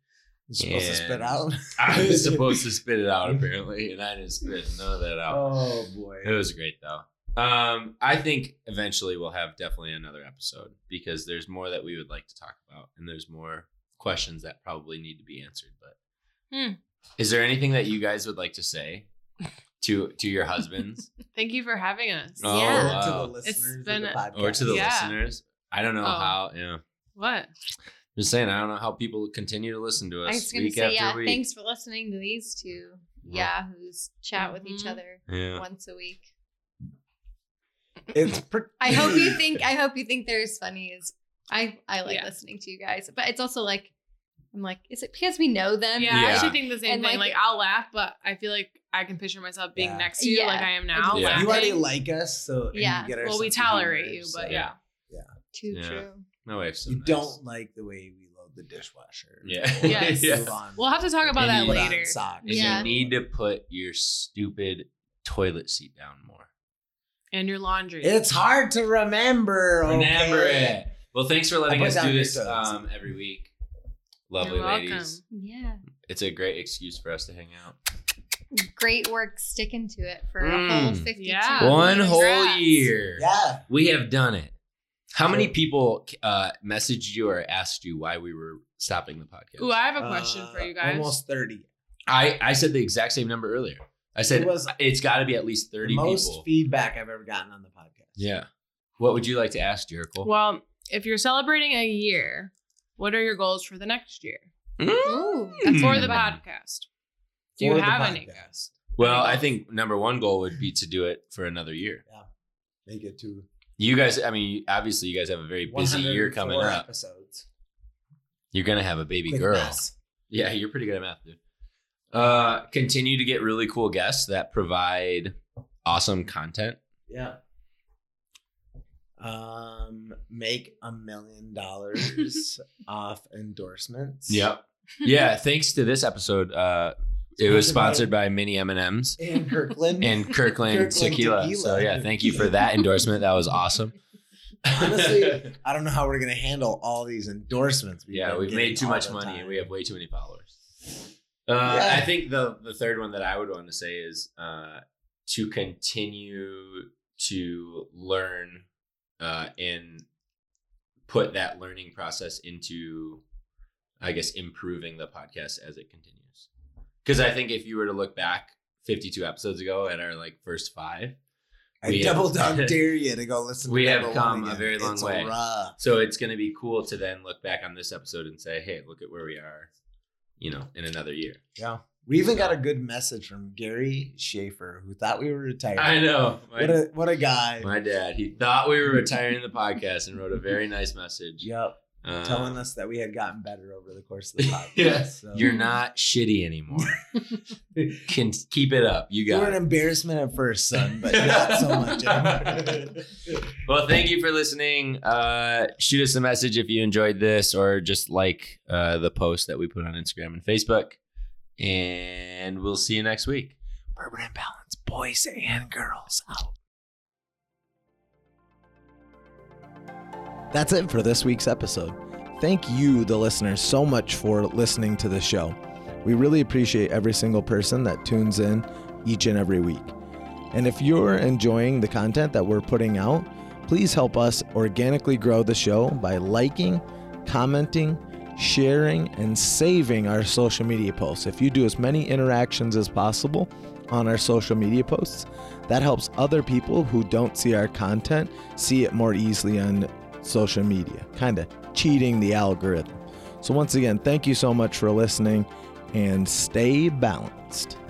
Speaker 4: You're supposed to spit
Speaker 1: And-
Speaker 4: out.
Speaker 1: I was supposed to spit it out apparently, and I didn't spit none of that out.
Speaker 4: Oh boy.
Speaker 1: It was great though. Um, I think eventually we'll have definitely another episode because there's more that we would like to talk about, and there's more questions that probably need to be answered. But
Speaker 5: Hmm.
Speaker 1: is there anything that you guys would like to say to to your husbands
Speaker 5: Thank you for having us.
Speaker 1: Oh,
Speaker 4: Or
Speaker 6: Yeah.
Speaker 4: to
Speaker 1: wow.
Speaker 4: the listeners of
Speaker 5: been
Speaker 4: the
Speaker 5: a-
Speaker 4: podcast.
Speaker 1: or to the
Speaker 5: Yeah.
Speaker 1: listeners? I don't know
Speaker 5: Oh.
Speaker 1: how. Yeah,
Speaker 5: What?
Speaker 1: just saying. I don't know how people continue to listen to
Speaker 6: i
Speaker 1: us
Speaker 6: was gonna
Speaker 1: week after
Speaker 6: say yeah
Speaker 1: week.
Speaker 6: thanks for listening to these two yahoos chat with each
Speaker 5: Mhm.
Speaker 6: other
Speaker 1: Yeah.
Speaker 6: once a week
Speaker 4: It's pretty.
Speaker 6: i hope you think i hope you think they're as funny as i i like
Speaker 5: Yeah.
Speaker 6: listening to you guys but it's also like i'm like is it because we know
Speaker 5: Yeah,
Speaker 6: them
Speaker 5: I
Speaker 1: Yeah.
Speaker 5: actually think the same
Speaker 6: And,
Speaker 5: thing.
Speaker 6: like-
Speaker 5: Like, I'll laugh, but I feel like I can picture myself being
Speaker 4: Yeah.
Speaker 5: next to you,
Speaker 6: Yeah.
Speaker 5: like I am now.
Speaker 1: Yeah.
Speaker 5: laughing.
Speaker 4: You already like us, so and you
Speaker 6: Yeah.
Speaker 4: get our
Speaker 5: Well, we
Speaker 4: sense of humor,
Speaker 5: tolerate you,
Speaker 4: so
Speaker 5: but yeah.
Speaker 6: too
Speaker 1: Yeah.
Speaker 6: true
Speaker 1: My wife's so
Speaker 4: You
Speaker 1: nice.
Speaker 4: don't like the way we load the dishwasher.
Speaker 1: Yeah.
Speaker 5: Yes.
Speaker 1: Yeah.
Speaker 4: Move on.
Speaker 5: We'll have to talk about
Speaker 1: that
Speaker 4: Put on
Speaker 5: later.
Speaker 4: socks.
Speaker 1: And
Speaker 6: Yeah.
Speaker 1: you need to put your stupid toilet seat down more.
Speaker 5: And your laundry.
Speaker 4: It's hard to remember.
Speaker 1: Remember
Speaker 4: okay?
Speaker 1: it. Well, thanks for letting
Speaker 4: I put
Speaker 1: us
Speaker 4: down
Speaker 1: do
Speaker 4: your
Speaker 1: this
Speaker 4: toilet seat.
Speaker 1: um, every week.
Speaker 5: You're
Speaker 1: Lovely
Speaker 5: welcome.
Speaker 1: ladies.
Speaker 6: yeah
Speaker 1: It's a great excuse for us to hang out.
Speaker 6: great work sticking to it for a
Speaker 1: Mm.
Speaker 6: whole 52
Speaker 5: Yeah.
Speaker 4: Ah,
Speaker 6: weeks.
Speaker 1: One whole
Speaker 5: Congrats.
Speaker 1: year.
Speaker 4: Yeah.
Speaker 1: We have done it. How many people uh, messaged you or asked you why we were stopping the podcast?
Speaker 5: Ooh, I have a question for
Speaker 4: Uh,
Speaker 5: you guys.
Speaker 4: Almost 30.
Speaker 1: I, I said the exact same number earlier. I said
Speaker 4: It was
Speaker 1: it's got to be at least
Speaker 4: the
Speaker 1: 30
Speaker 4: most
Speaker 1: people.
Speaker 4: feedback I've ever gotten on the podcast.
Speaker 1: yeah. What would you like to ask, Jericho?
Speaker 5: Well, if you're celebrating a year, what are your goals for the next year
Speaker 6: Ooh,
Speaker 4: Hmm.
Speaker 1: Mm.
Speaker 5: for the podcast? Do you
Speaker 4: For the
Speaker 5: have any
Speaker 4: podcast.
Speaker 5: goals?
Speaker 1: Well, I think number one goal would be to do it for another year.
Speaker 4: Make it to
Speaker 1: You guys, I mean, obviously, you guys have a very busy year coming
Speaker 7: 104
Speaker 1: up.
Speaker 7: Episodes.
Speaker 1: You're gonna have a baby
Speaker 7: Quick
Speaker 1: girl.
Speaker 7: math.
Speaker 1: Yeah, you're pretty good at math, dude. Uh, continue to get really cool guests that provide awesome content.
Speaker 4: Yeah. Um, make a million dollars off endorsements.
Speaker 1: Yep. Yeah. Thanks to this episode, uh, it was sponsored by Mini M and M's
Speaker 4: And Kirkland.
Speaker 1: and Kirkland,
Speaker 4: Kirkland
Speaker 1: tequila.
Speaker 4: tequila.
Speaker 1: So yeah, thank you for that endorsement. That was awesome.
Speaker 4: Honestly, I don't know how we're gonna handle all these endorsements.
Speaker 1: yeah,
Speaker 4: been
Speaker 1: we've
Speaker 4: getting
Speaker 1: made too
Speaker 4: all
Speaker 1: much
Speaker 4: the
Speaker 1: money
Speaker 4: time.
Speaker 1: and we have way too many followers. Uh,
Speaker 4: Yeah.
Speaker 1: I think the the third one that I would want to say is uh, to continue to learn uh, and put that learning process into, I guess, improving the podcast as it continues. Because I think if you were to look back 52 episodes ago at our like first five,
Speaker 4: I
Speaker 1: we have-
Speaker 4: double down dare you to go listen.
Speaker 1: We
Speaker 4: to
Speaker 1: have
Speaker 4: number
Speaker 1: come
Speaker 4: one
Speaker 1: a
Speaker 4: again.
Speaker 1: very long
Speaker 4: It's
Speaker 1: way.
Speaker 4: Rough.
Speaker 1: So it's going to be cool to then look back on this episode and say, "Hey, look at where we are," you know, in another year.
Speaker 4: Yeah. We even got a good message from Gary Schaefer, who thought we were retired.
Speaker 1: I know.
Speaker 4: What
Speaker 1: My,
Speaker 4: a what a guy.
Speaker 1: my dad, he thought we were retiring the podcast and wrote a very nice message
Speaker 4: Yep.
Speaker 1: uh,
Speaker 4: Telling us that we had gotten better over the course of the podcast.
Speaker 1: Yeah.
Speaker 4: So-
Speaker 1: "You're not shitty anymore. Can keep it up. You
Speaker 4: you were
Speaker 1: got
Speaker 4: an
Speaker 1: it."
Speaker 4: embarrassment at first, son, but not so much anymore.
Speaker 1: Well, thank you for listening. Uh, shoot us a message if you enjoyed this, or just like uh, the post that we put on Instagram and Facebook. And we'll see you next week.
Speaker 4: Urban imbalance, boys and girls out. That's it for this week's episode. Thank you, the listeners, so much for listening to the show. We really appreciate every single person that tunes in each and every week. And if you're enjoying the content that we're putting out, please help us organically grow the show by liking, commenting, sharing, and saving our social media posts. If you do as many interactions as possible on our social media posts, that helps other people who don't see our content see it more easily on social media, kind of cheating the algorithm. So, once again, thank you so much for listening and stay balanced.